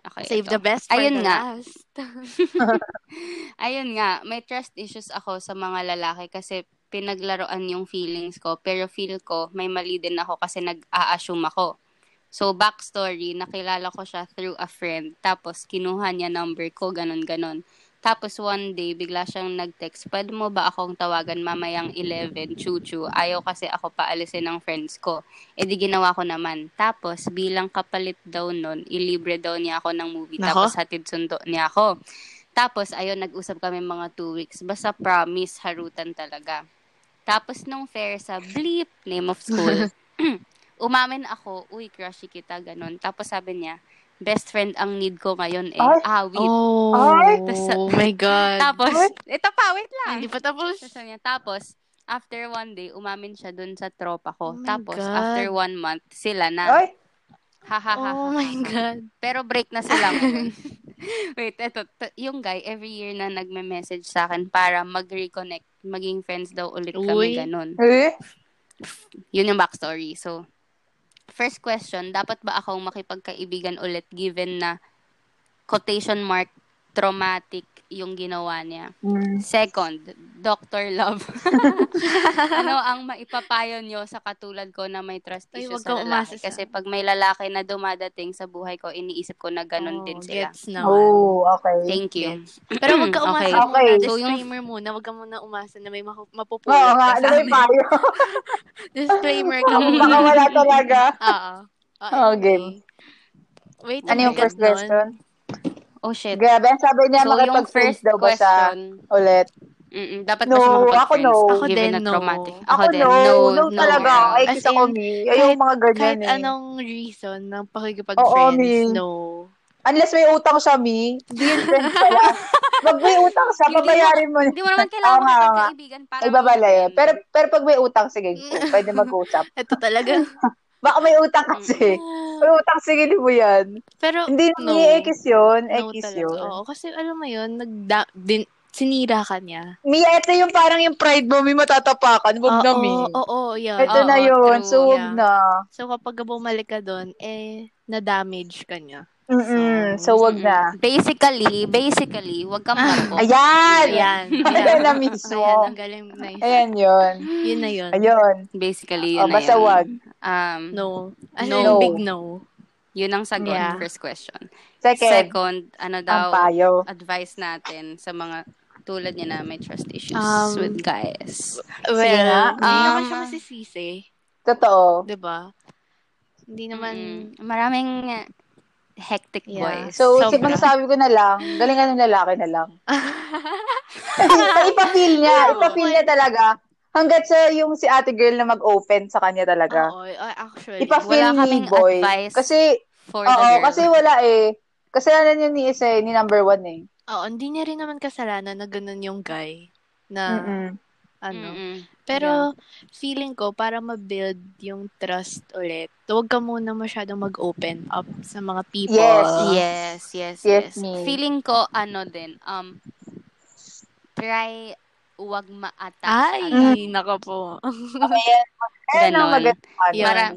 Speaker 1: Okay,
Speaker 3: Save
Speaker 1: ito.
Speaker 3: the best for
Speaker 1: Ayun
Speaker 3: the
Speaker 1: nga.
Speaker 3: last.
Speaker 1: Ayun nga, may trust issues ako sa mga lalaki kasi pinaglaruan yung feelings ko. Pero feel ko, may mali din ako kasi nag-a-assume ako. So, backstory, nakilala ko siya through a friend. Tapos, kinuha niya number ko, ganun, ganun. Tapos, one day, bigla siyang nag-text, pwede mo ba akong tawagan mamayang 11, chuchu? Ayaw kasi ako paalisin ng friends ko. E di ginawa ko naman. Tapos, bilang kapalit daw nun, ilibre daw niya ako ng movie.
Speaker 3: Nako.
Speaker 1: Tapos, hatid sundo niya ako. Tapos, ayun, nag-usap kami mga two weeks. Basta promise, harutan talaga. Tapos, nung fair sa bleep, name of school, umamin ako, uy, crushy kita, ganun. Tapos, sabi niya, best friend ang need ko ngayon eh.
Speaker 2: Ay!
Speaker 1: Awit.
Speaker 3: Oh,
Speaker 2: Ay,
Speaker 1: tas-
Speaker 3: my God.
Speaker 1: Tapos,
Speaker 2: What?
Speaker 1: ito pa, wait lang.
Speaker 3: Hindi pa tapos.
Speaker 1: Tapos, sabi niya, tapos, after one day, umamin siya dun sa tropa ko.
Speaker 3: Oh my
Speaker 1: tapos,
Speaker 3: God.
Speaker 1: after one month, sila na.
Speaker 2: Ay,
Speaker 1: Ha, ha, ha,
Speaker 3: Oh
Speaker 1: ha,
Speaker 3: my
Speaker 1: ha.
Speaker 3: God.
Speaker 1: Pero break na sila ngayon. Wait, eto. t- yung guy, every year na nagme-message sa akin para mag-reconnect maging friends daw ulit
Speaker 3: Uy.
Speaker 1: kami, ganun.
Speaker 2: Eh?
Speaker 1: Yun yung backstory. So, first question, dapat ba akong makipagkaibigan ulit given na quotation mark traumatic yung ginawa niya? Second, Dr. Love. ano ang maipapayo nyo sa katulad ko na may trust
Speaker 3: Ay,
Speaker 1: issues
Speaker 3: wag
Speaker 1: sa
Speaker 3: kang
Speaker 1: lalaki?
Speaker 3: umasa sa-
Speaker 1: Kasi pag may lalaki na dumadating sa buhay ko, iniisip ko na ganun
Speaker 3: Oh,
Speaker 1: din sila.
Speaker 3: Gets naman.
Speaker 2: Oh, okay.
Speaker 1: Thank you.
Speaker 3: Pero wag ka
Speaker 1: Okay.
Speaker 3: umasa muna.
Speaker 2: Okay.
Speaker 1: So, yung-
Speaker 3: Disclaimer muna. Wag ka muna umasa na may maku-
Speaker 2: Oo
Speaker 3: mapupulot
Speaker 2: nga,
Speaker 3: ka
Speaker 2: ano
Speaker 3: sa
Speaker 2: may
Speaker 3: amin.
Speaker 2: payo?
Speaker 3: Disclaimer ka
Speaker 2: Baka
Speaker 3: muna.
Speaker 2: wala talaga.
Speaker 3: Oo.
Speaker 2: Oh, game.
Speaker 3: Wait,
Speaker 2: Ano
Speaker 3: ang
Speaker 2: yung
Speaker 3: bigat
Speaker 2: first question?
Speaker 1: Oh, shit.
Speaker 2: Grabe, ang sabi niya
Speaker 1: So, yung
Speaker 2: makipag-friends
Speaker 1: first
Speaker 2: daw ba siya
Speaker 1: question,
Speaker 2: ulit?
Speaker 1: mm dapat
Speaker 2: No,
Speaker 1: ba siya makipag-friends?
Speaker 2: ako no.
Speaker 1: Given
Speaker 3: Ako din,
Speaker 1: na
Speaker 3: no.
Speaker 1: traumatic. Ako,
Speaker 2: Ako,
Speaker 1: din,
Speaker 2: no,
Speaker 1: no.
Speaker 2: no, talaga.
Speaker 1: no.
Speaker 2: Ay,
Speaker 3: As
Speaker 2: kita ko,
Speaker 3: in,
Speaker 2: Mi. Ay, yung mga ganyan
Speaker 3: Kahit
Speaker 2: eh.
Speaker 1: ano-
Speaker 3: anong reason ng
Speaker 2: Oo,
Speaker 3: pakikipag-friends,
Speaker 2: Mi.
Speaker 3: no.
Speaker 2: Unless may utang siya, Mi. Hindi yun friends pala. Pag may utang siya,
Speaker 1: Hindi mo-
Speaker 2: babayarin mo.
Speaker 1: Hindi mo naman kailangan
Speaker 2: Oo nga, oo nga.
Speaker 1: makipagkaibigan para
Speaker 2: Ay, babalayan.
Speaker 1: maging
Speaker 2: Pero, pero pag may utang, sige, go.
Speaker 3: Mm.
Speaker 2: pwede mag-usap.
Speaker 3: Ito talaga.
Speaker 2: Baka may utang kasi. May utang, sige mo yan.
Speaker 3: Pero,
Speaker 2: Hindi na
Speaker 3: Mm. no.
Speaker 2: no. ekis yun.
Speaker 3: No
Speaker 2: Ekis
Speaker 3: talaga. oh.
Speaker 2: yun.
Speaker 3: Oo, kasi alam mo yun, nagda- din, sinira ka niya.
Speaker 2: Mia, ito yung parang yung pride mo, may matatapakan. Huwag
Speaker 3: oo,
Speaker 2: na, Mi.
Speaker 3: Oo, oo, yeah.
Speaker 2: Ito
Speaker 1: Oo,
Speaker 2: na yun.
Speaker 1: true,
Speaker 2: So, huwag
Speaker 3: yeah.
Speaker 2: na.
Speaker 3: So, kapag bumalik ka doon, eh, na-damage ka niya.
Speaker 2: Mm-mm. So, huwag
Speaker 1: Mm-mm.
Speaker 2: na.
Speaker 1: Basically, basically, wag kang malambot.
Speaker 2: Ayan!
Speaker 3: Ayan.
Speaker 2: Ayan
Speaker 3: Ayan,
Speaker 2: na
Speaker 3: Ayan, ang
Speaker 2: mismo.
Speaker 3: galing. Nice.
Speaker 2: Ayan yun.
Speaker 3: Yun na yun.
Speaker 2: Ayun.
Speaker 1: Basically, yun
Speaker 2: Oh,
Speaker 1: na
Speaker 2: basta
Speaker 1: yun.
Speaker 2: wag.
Speaker 1: Um,
Speaker 3: No. As
Speaker 1: No.
Speaker 3: in, Ano big no.
Speaker 1: yun ang sagot,
Speaker 3: Yeah.
Speaker 1: first question.
Speaker 2: Second,
Speaker 1: Second, ano
Speaker 2: ang
Speaker 1: daw
Speaker 2: payo.
Speaker 1: advice natin sa mga tulad niya na may trust issues
Speaker 3: Um,
Speaker 1: with guys.
Speaker 2: Sige nga.
Speaker 3: Well, hindi naman
Speaker 1: Um,
Speaker 3: siya masisisi.
Speaker 2: Totoo.
Speaker 3: Di ba? Hindi naman...
Speaker 1: Mm-mm. Maraming uh, hectic
Speaker 3: Yeah.
Speaker 1: boys.
Speaker 2: So,
Speaker 3: Sobra.
Speaker 2: sig- masasabi ko na lang, galingan ng lalaki na lang. Ipapil niya.
Speaker 3: Oo.
Speaker 2: Ipapil niya talaga. Hanggat sa yung si ate girl na mag-open sa kanya talaga.
Speaker 3: Oo, uh, actually.
Speaker 2: Ipapil
Speaker 1: Wala
Speaker 2: ni
Speaker 1: kaming
Speaker 2: boy.
Speaker 1: advice
Speaker 2: Kasi,
Speaker 1: For the
Speaker 2: oo,
Speaker 1: girl.
Speaker 2: kasi wala eh. Kasalanan yun ni isa eh, ni number one eh.
Speaker 3: Oo, hindi niya rin naman kasalanan na ganun yung guy.
Speaker 1: Ah.
Speaker 3: Na,
Speaker 2: Mm-mm.
Speaker 3: ano.
Speaker 1: Mm-mm.
Speaker 3: Pero, feeling ko, para ma-build yung trust ulit, huwag ka muna masyadong mag-open up sa mga people.
Speaker 2: Yes.
Speaker 1: Yes, yes, yes.
Speaker 2: Ah. Yes, me.
Speaker 1: Feeling ko, ano din, um, try wag ma-attach.
Speaker 3: Ay,
Speaker 1: agad.
Speaker 3: nako po.
Speaker 2: Ayan. Ayan ang
Speaker 1: Ganon.
Speaker 2: maganda.
Speaker 3: Yun.
Speaker 1: Para-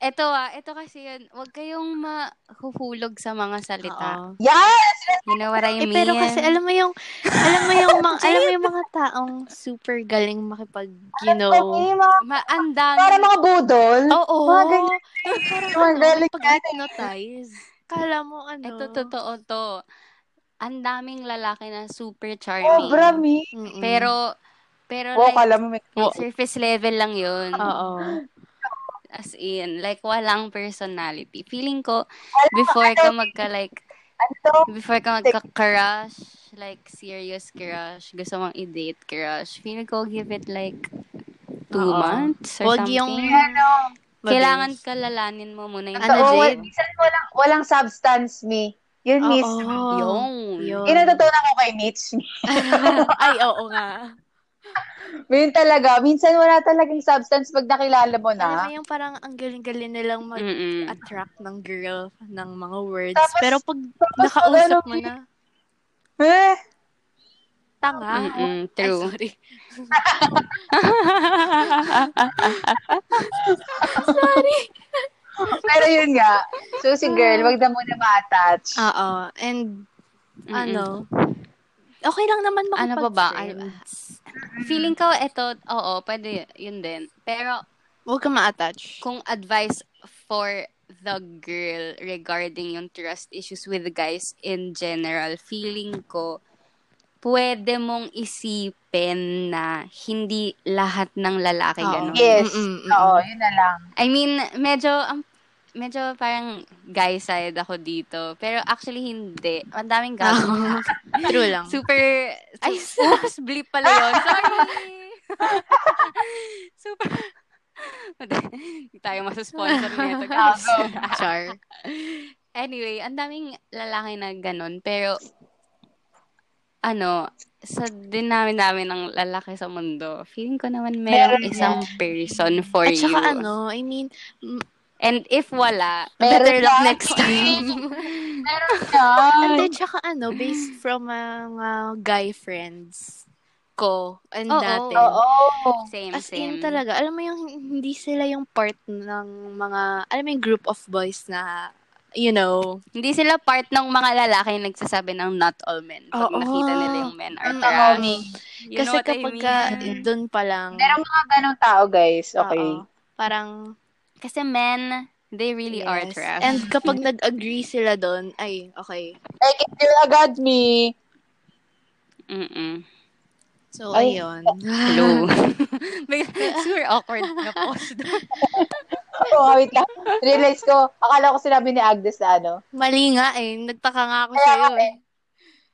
Speaker 1: Ito ah, ito kasi yun, wag kayong mahuhulog sa mga salita.
Speaker 3: Oo.
Speaker 2: Yes!
Speaker 1: You know what I
Speaker 3: Eh,
Speaker 1: mean?
Speaker 3: pero kasi alam mo yung alam mo yung mga, alam mo yung mga taong super galing makipag you know
Speaker 2: Okay, mga-
Speaker 1: Ma- ang dami-
Speaker 2: para mga budol.
Speaker 3: Oo.
Speaker 2: Mga ganyan.
Speaker 3: Yung parang
Speaker 2: Mga
Speaker 3: ano,
Speaker 2: galing
Speaker 3: pag hypnotize. Kala mo ano.
Speaker 1: Ito, totoo to. Ang daming lalaki na super charming. Mm.
Speaker 2: Sobra, mi.
Speaker 3: Mm-mm.
Speaker 1: Pero, pero
Speaker 2: Oo,
Speaker 1: like,
Speaker 2: Oh, kala mo may...
Speaker 1: surface level lang yun.
Speaker 3: Oo.
Speaker 1: As in, like, walang personality. Feeling ko, before ka magka-like,
Speaker 2: Ano to?
Speaker 1: before ka magka-crush, like, serious crush, gusto mong i-date crush, feeling ko, give it like, two
Speaker 3: Oo.
Speaker 1: months or
Speaker 3: Wag
Speaker 1: something.
Speaker 3: yung
Speaker 2: Ano?
Speaker 1: Kailangan kalalanin mo muna yung
Speaker 3: Ano,
Speaker 2: Totoo,
Speaker 3: Jade?
Speaker 2: wal- minsan walang, walang substance, mi. Yun,
Speaker 3: Oo.
Speaker 2: miss.
Speaker 1: Yung.
Speaker 3: Yun.
Speaker 2: Yun ang natutunan ko kay Mitch.
Speaker 3: Ay, oo nga.
Speaker 2: Yun talaga. Minsan wala talagang substance pag nakilala mo
Speaker 3: Alam
Speaker 2: na.
Speaker 3: mo yung parang ang galing-galing nilang
Speaker 1: Mm-mm.
Speaker 3: mag-attract ng girl ng mga words.
Speaker 2: Tapos-
Speaker 3: pero pag
Speaker 2: tapos
Speaker 3: nakausap
Speaker 2: ano,
Speaker 3: mo na,
Speaker 2: Eh,
Speaker 3: tanga.
Speaker 1: Mm-mm.
Speaker 3: Ay,
Speaker 1: True.
Speaker 3: sorry.
Speaker 2: pero yun nga. So, si girl, wag na muna ma-attach.
Speaker 3: Oo. And,
Speaker 1: Mm-mm.
Speaker 3: ano, okay lang naman
Speaker 1: Ano pa ba? Ano-
Speaker 3: makipag-friends.
Speaker 1: Feeling ko, ito, oo, pwede yun din. Pero,
Speaker 3: Huwag ka ma-attach.
Speaker 1: kung advice for the girl regarding yung trust issues with guys in general, feeling ko, pwede mong isipin na hindi lahat ng lalaki
Speaker 3: Oo.
Speaker 1: ganun.
Speaker 2: Yes.
Speaker 3: Mm-mm, mm-mm.
Speaker 2: Oo, yun na lang.
Speaker 1: I mean, medyo, ang medyo parang guy side ako dito. Pero actually, hindi. Ang daming
Speaker 3: Ah.
Speaker 1: gago.
Speaker 3: True lang.
Speaker 1: Super,
Speaker 3: Ay,
Speaker 1: su- oops, bleep pala yun. Sorry! super, hindi tayo masasponsor nito, guys.
Speaker 2: Gago.
Speaker 3: Char.
Speaker 1: Anyway, ang daming lalaki na ganun, pero ano, sa dinami namin ng lalaki sa mundo, feeling ko naman merong
Speaker 2: Meron
Speaker 1: isang person for
Speaker 3: At
Speaker 1: you.
Speaker 3: saka ano, I mean, m-
Speaker 1: And if wala,
Speaker 2: Meron
Speaker 1: better luck
Speaker 2: yan.
Speaker 1: next time.
Speaker 2: Meron yan.
Speaker 3: and then tsaka ano, based from mga guy friends. ko and
Speaker 1: Oo.
Speaker 3: dati.
Speaker 2: Oo.
Speaker 1: Same,
Speaker 3: As
Speaker 1: same.
Speaker 3: in talaga, alam mo yung hindi sila yung part ng mga, alam mo yung group of boys na, you know,
Speaker 1: Hindi sila part ng mga lalaki yung nagsasabi ng not all men. Pag
Speaker 3: Oo.
Speaker 1: nakita nila yung men are
Speaker 2: Ang
Speaker 1: trash.
Speaker 2: dami.
Speaker 1: You
Speaker 3: mm, kasi
Speaker 1: know what
Speaker 3: kapag
Speaker 1: I
Speaker 3: ka,
Speaker 1: mean?
Speaker 3: dun pa lang,
Speaker 2: Pero mga ganong tao, guys. Okay.
Speaker 3: oo, parang,
Speaker 1: Kasi men, they really are
Speaker 3: yes.
Speaker 1: trash.
Speaker 3: And kapag nag-agree sila dun, ay, okay.
Speaker 2: Like, if you agad me.
Speaker 1: Mm-mm.
Speaker 3: So,
Speaker 2: Ay.
Speaker 3: ayun.
Speaker 1: Hello. Big- Super awkward na pause doon.
Speaker 2: Oh, wait lang. Realize ko, akala ko sinabi ni Agnes na ano.
Speaker 3: Mali nga eh, nagtaka nga ako
Speaker 2: Kaya
Speaker 3: sa'yo
Speaker 2: nga
Speaker 3: eh.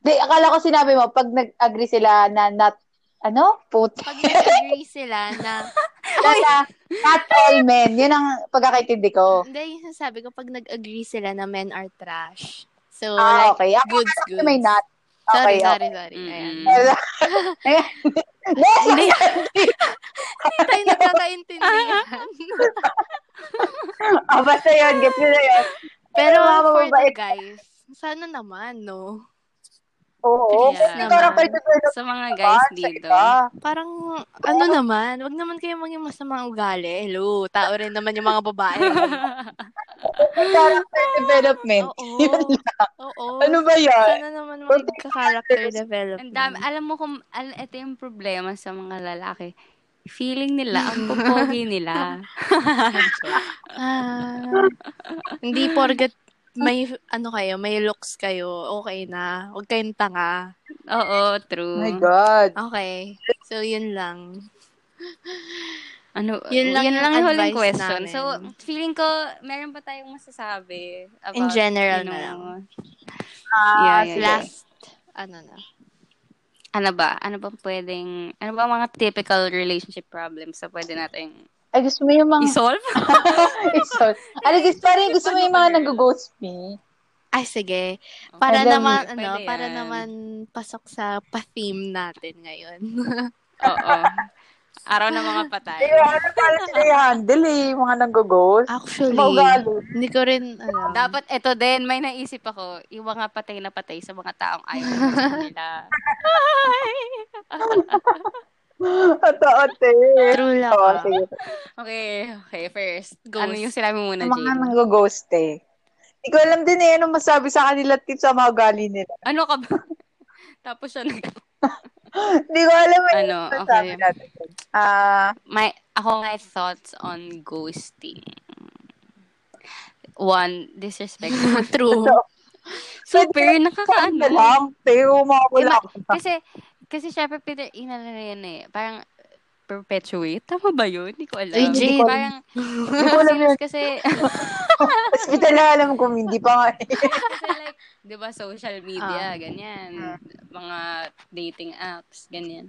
Speaker 2: Di, akala ko sinabi mo, pag nag-agree sila na not, ano? Put.
Speaker 3: Pag nag-agree sila na,
Speaker 2: Nasa, not all men. Yun ang pagkakaintindi ko.
Speaker 3: hindi, yung sabi ko, pag nag-agree sila na men are trash. So,
Speaker 2: Ah,
Speaker 3: Oh, like,
Speaker 2: okay. Ako
Speaker 3: goods,
Speaker 2: okay.
Speaker 3: goods.
Speaker 2: may not.
Speaker 3: Sorry,
Speaker 2: Okay,
Speaker 3: sorry, sorry. Ayan.
Speaker 1: Mm-mm.
Speaker 2: Next!
Speaker 3: Hindi. Hindi tayo nagkakaintindihan.
Speaker 2: Ah, basta yun. Gets nyo na yun.
Speaker 3: Pero
Speaker 2: Mga
Speaker 3: for the
Speaker 2: mababait.
Speaker 3: guys, sana naman, no?
Speaker 2: Oo.
Speaker 1: Yeah.
Speaker 2: Kasi ikaw ang pagkakulog
Speaker 1: Sa mga guys dito.
Speaker 3: Parang, ano naman, wag naman kayo maging masamang ugali. Hello, tao rin naman yung mga babae.
Speaker 2: Character development.
Speaker 3: Oo.
Speaker 2: Yun lang.
Speaker 3: Oo.
Speaker 2: Ano ba yun?
Speaker 3: Sana naman magka-character development.
Speaker 1: Ang dami. Alam mo kung, al- ito yung problema sa mga lalaki. Feeling nila, ang pupogi nila.
Speaker 3: Ah, hindi porket may, ano kayo, may looks kayo, okay na. Huwag kayong tanga.
Speaker 1: Oo,
Speaker 2: Oh
Speaker 1: true.
Speaker 2: my God.
Speaker 3: Okay. So, yun lang.
Speaker 1: Ano, yun
Speaker 3: Yun lang
Speaker 1: lang,
Speaker 3: yung
Speaker 1: yung huling
Speaker 3: advice
Speaker 1: question.
Speaker 3: namin.
Speaker 1: So, feeling ko, meron pa tayong masasabi. About,
Speaker 3: In
Speaker 1: you
Speaker 3: general na
Speaker 1: know,
Speaker 3: lang. Ah,
Speaker 1: yeah, yeah, yeah.
Speaker 3: Last, ano na.
Speaker 1: Ano ba? Ano ba pwedeng, ano ba ang mga typical relationship problems na pwede natin
Speaker 2: Ay, gusto mo yung
Speaker 3: Oh.
Speaker 2: mga...
Speaker 1: i-solve?
Speaker 2: Isol. Aligis pa rin, gusto mo yung mga nag-ghost me.
Speaker 3: Ay, sige. Para
Speaker 2: Pwede.
Speaker 3: naman,
Speaker 1: Pwede
Speaker 3: ano,
Speaker 1: yan.
Speaker 3: para naman pasok sa pa-theme natin ngayon.
Speaker 1: Oo. Araw ng mga patay.
Speaker 2: Ay, ano pala sila i-handle eh, yung mga nag-ghost.
Speaker 3: Actually,
Speaker 2: Maugali.
Speaker 3: hindi ko rin, ano,
Speaker 1: Dapat ito din, may naisip ako, yung mga patay na patay sa mga taong ayaw sa nila.
Speaker 2: Ah, Totoo, te.
Speaker 3: true lang.
Speaker 2: Oo,
Speaker 1: Oh,
Speaker 3: ah.
Speaker 2: sige.
Speaker 1: Ano, Okay, okay, first.
Speaker 3: Ghost.
Speaker 1: Ano yung sinabi mo muna,
Speaker 2: Yung mga
Speaker 1: Jane?
Speaker 2: nag-ghost eh. Hindi ko alam din eh, anong masabi sa kanila tip sa mga ugali nila.
Speaker 1: Ano ka ba? Tapos siya nag...
Speaker 2: Hindi ko alam eh.
Speaker 1: Ano,
Speaker 2: Ano sabi
Speaker 1: okay. Ano?
Speaker 2: natin? Ah,
Speaker 1: My, ako, my thoughts on ghosting. One, disrespectful.
Speaker 3: True.
Speaker 1: Super,
Speaker 2: saan na
Speaker 1: nakakaano.
Speaker 2: lang, te,
Speaker 1: Ima-
Speaker 2: umawala ako.
Speaker 1: Kasi, kasi syempre, Peter, inano na yun eh. Parang, perpetuate? Tama ba yun? Hindi ko alam.
Speaker 3: Ay, Jane.
Speaker 1: Parang,
Speaker 2: Hindi ko alam yun.
Speaker 1: since kasi,
Speaker 2: Hospital na alam ko, hindi pa nga eh.
Speaker 1: Kasi like, 'di ba social
Speaker 3: Ah.
Speaker 1: media, ganyan,
Speaker 2: Ah.
Speaker 1: mga dating apps, ganyan.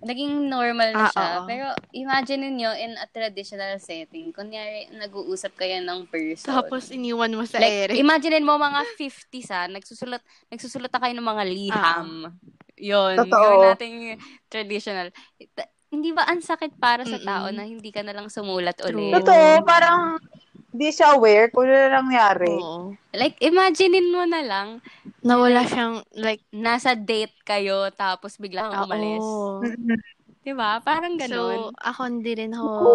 Speaker 1: Naging normal na
Speaker 3: Ah,
Speaker 1: siya.
Speaker 3: oo.
Speaker 1: Pero imagine niyo in a traditional setting, kunyari nag-uusap kayo ng person.
Speaker 3: Tapos, iniwan mo sa
Speaker 1: like,
Speaker 3: ere.
Speaker 1: imagine mo mga 50s ha, nagsusulat, nagsusulat na kayo ng mga liham.
Speaker 3: Ah.
Speaker 1: Yun,
Speaker 2: Totoo.
Speaker 1: gawin natin yung traditional. Ta- Hindi ba ang sakit para sa
Speaker 3: Mm-mm.
Speaker 1: tao na hindi ka na lang sumulat ulit?
Speaker 3: True.
Speaker 2: Totoo, parang hindi siya aware kung ano na nangyari.
Speaker 1: Oh.
Speaker 3: Oo.
Speaker 1: Like, imaginein mo na lang,
Speaker 3: Nawala siyang, like,
Speaker 1: nasa date kayo, tapos bigla kang umalis.
Speaker 3: Ah, oo.
Speaker 2: Mm-mm.
Speaker 1: Diba? Parang Hmm,
Speaker 3: So,
Speaker 1: ganun.
Speaker 3: ako hindi rin
Speaker 2: Oo,
Speaker 1: Oh.
Speaker 3: ako,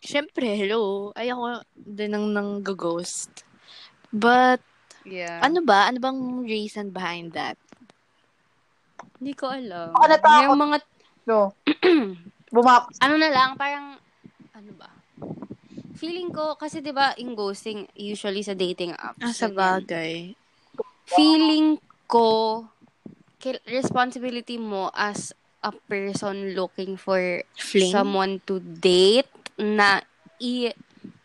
Speaker 3: syempre, hello, ayoko din ng, ng ghost. But,
Speaker 1: yeah.
Speaker 3: ano ba? Ano bang reason behind that?
Speaker 1: Hindi ko alam.
Speaker 2: Ako natakot.
Speaker 1: Yung mga,
Speaker 2: No. Bumak.
Speaker 1: ano na lang, parang, ano ba? Feeling ko, kasi diba, yung ghosting, usually sa dating apps.
Speaker 3: Ah, sa
Speaker 1: ganyan.
Speaker 3: bagay.
Speaker 1: Feeling ko, kil- responsibility mo as a person looking for
Speaker 3: Fling?
Speaker 1: someone to date na i-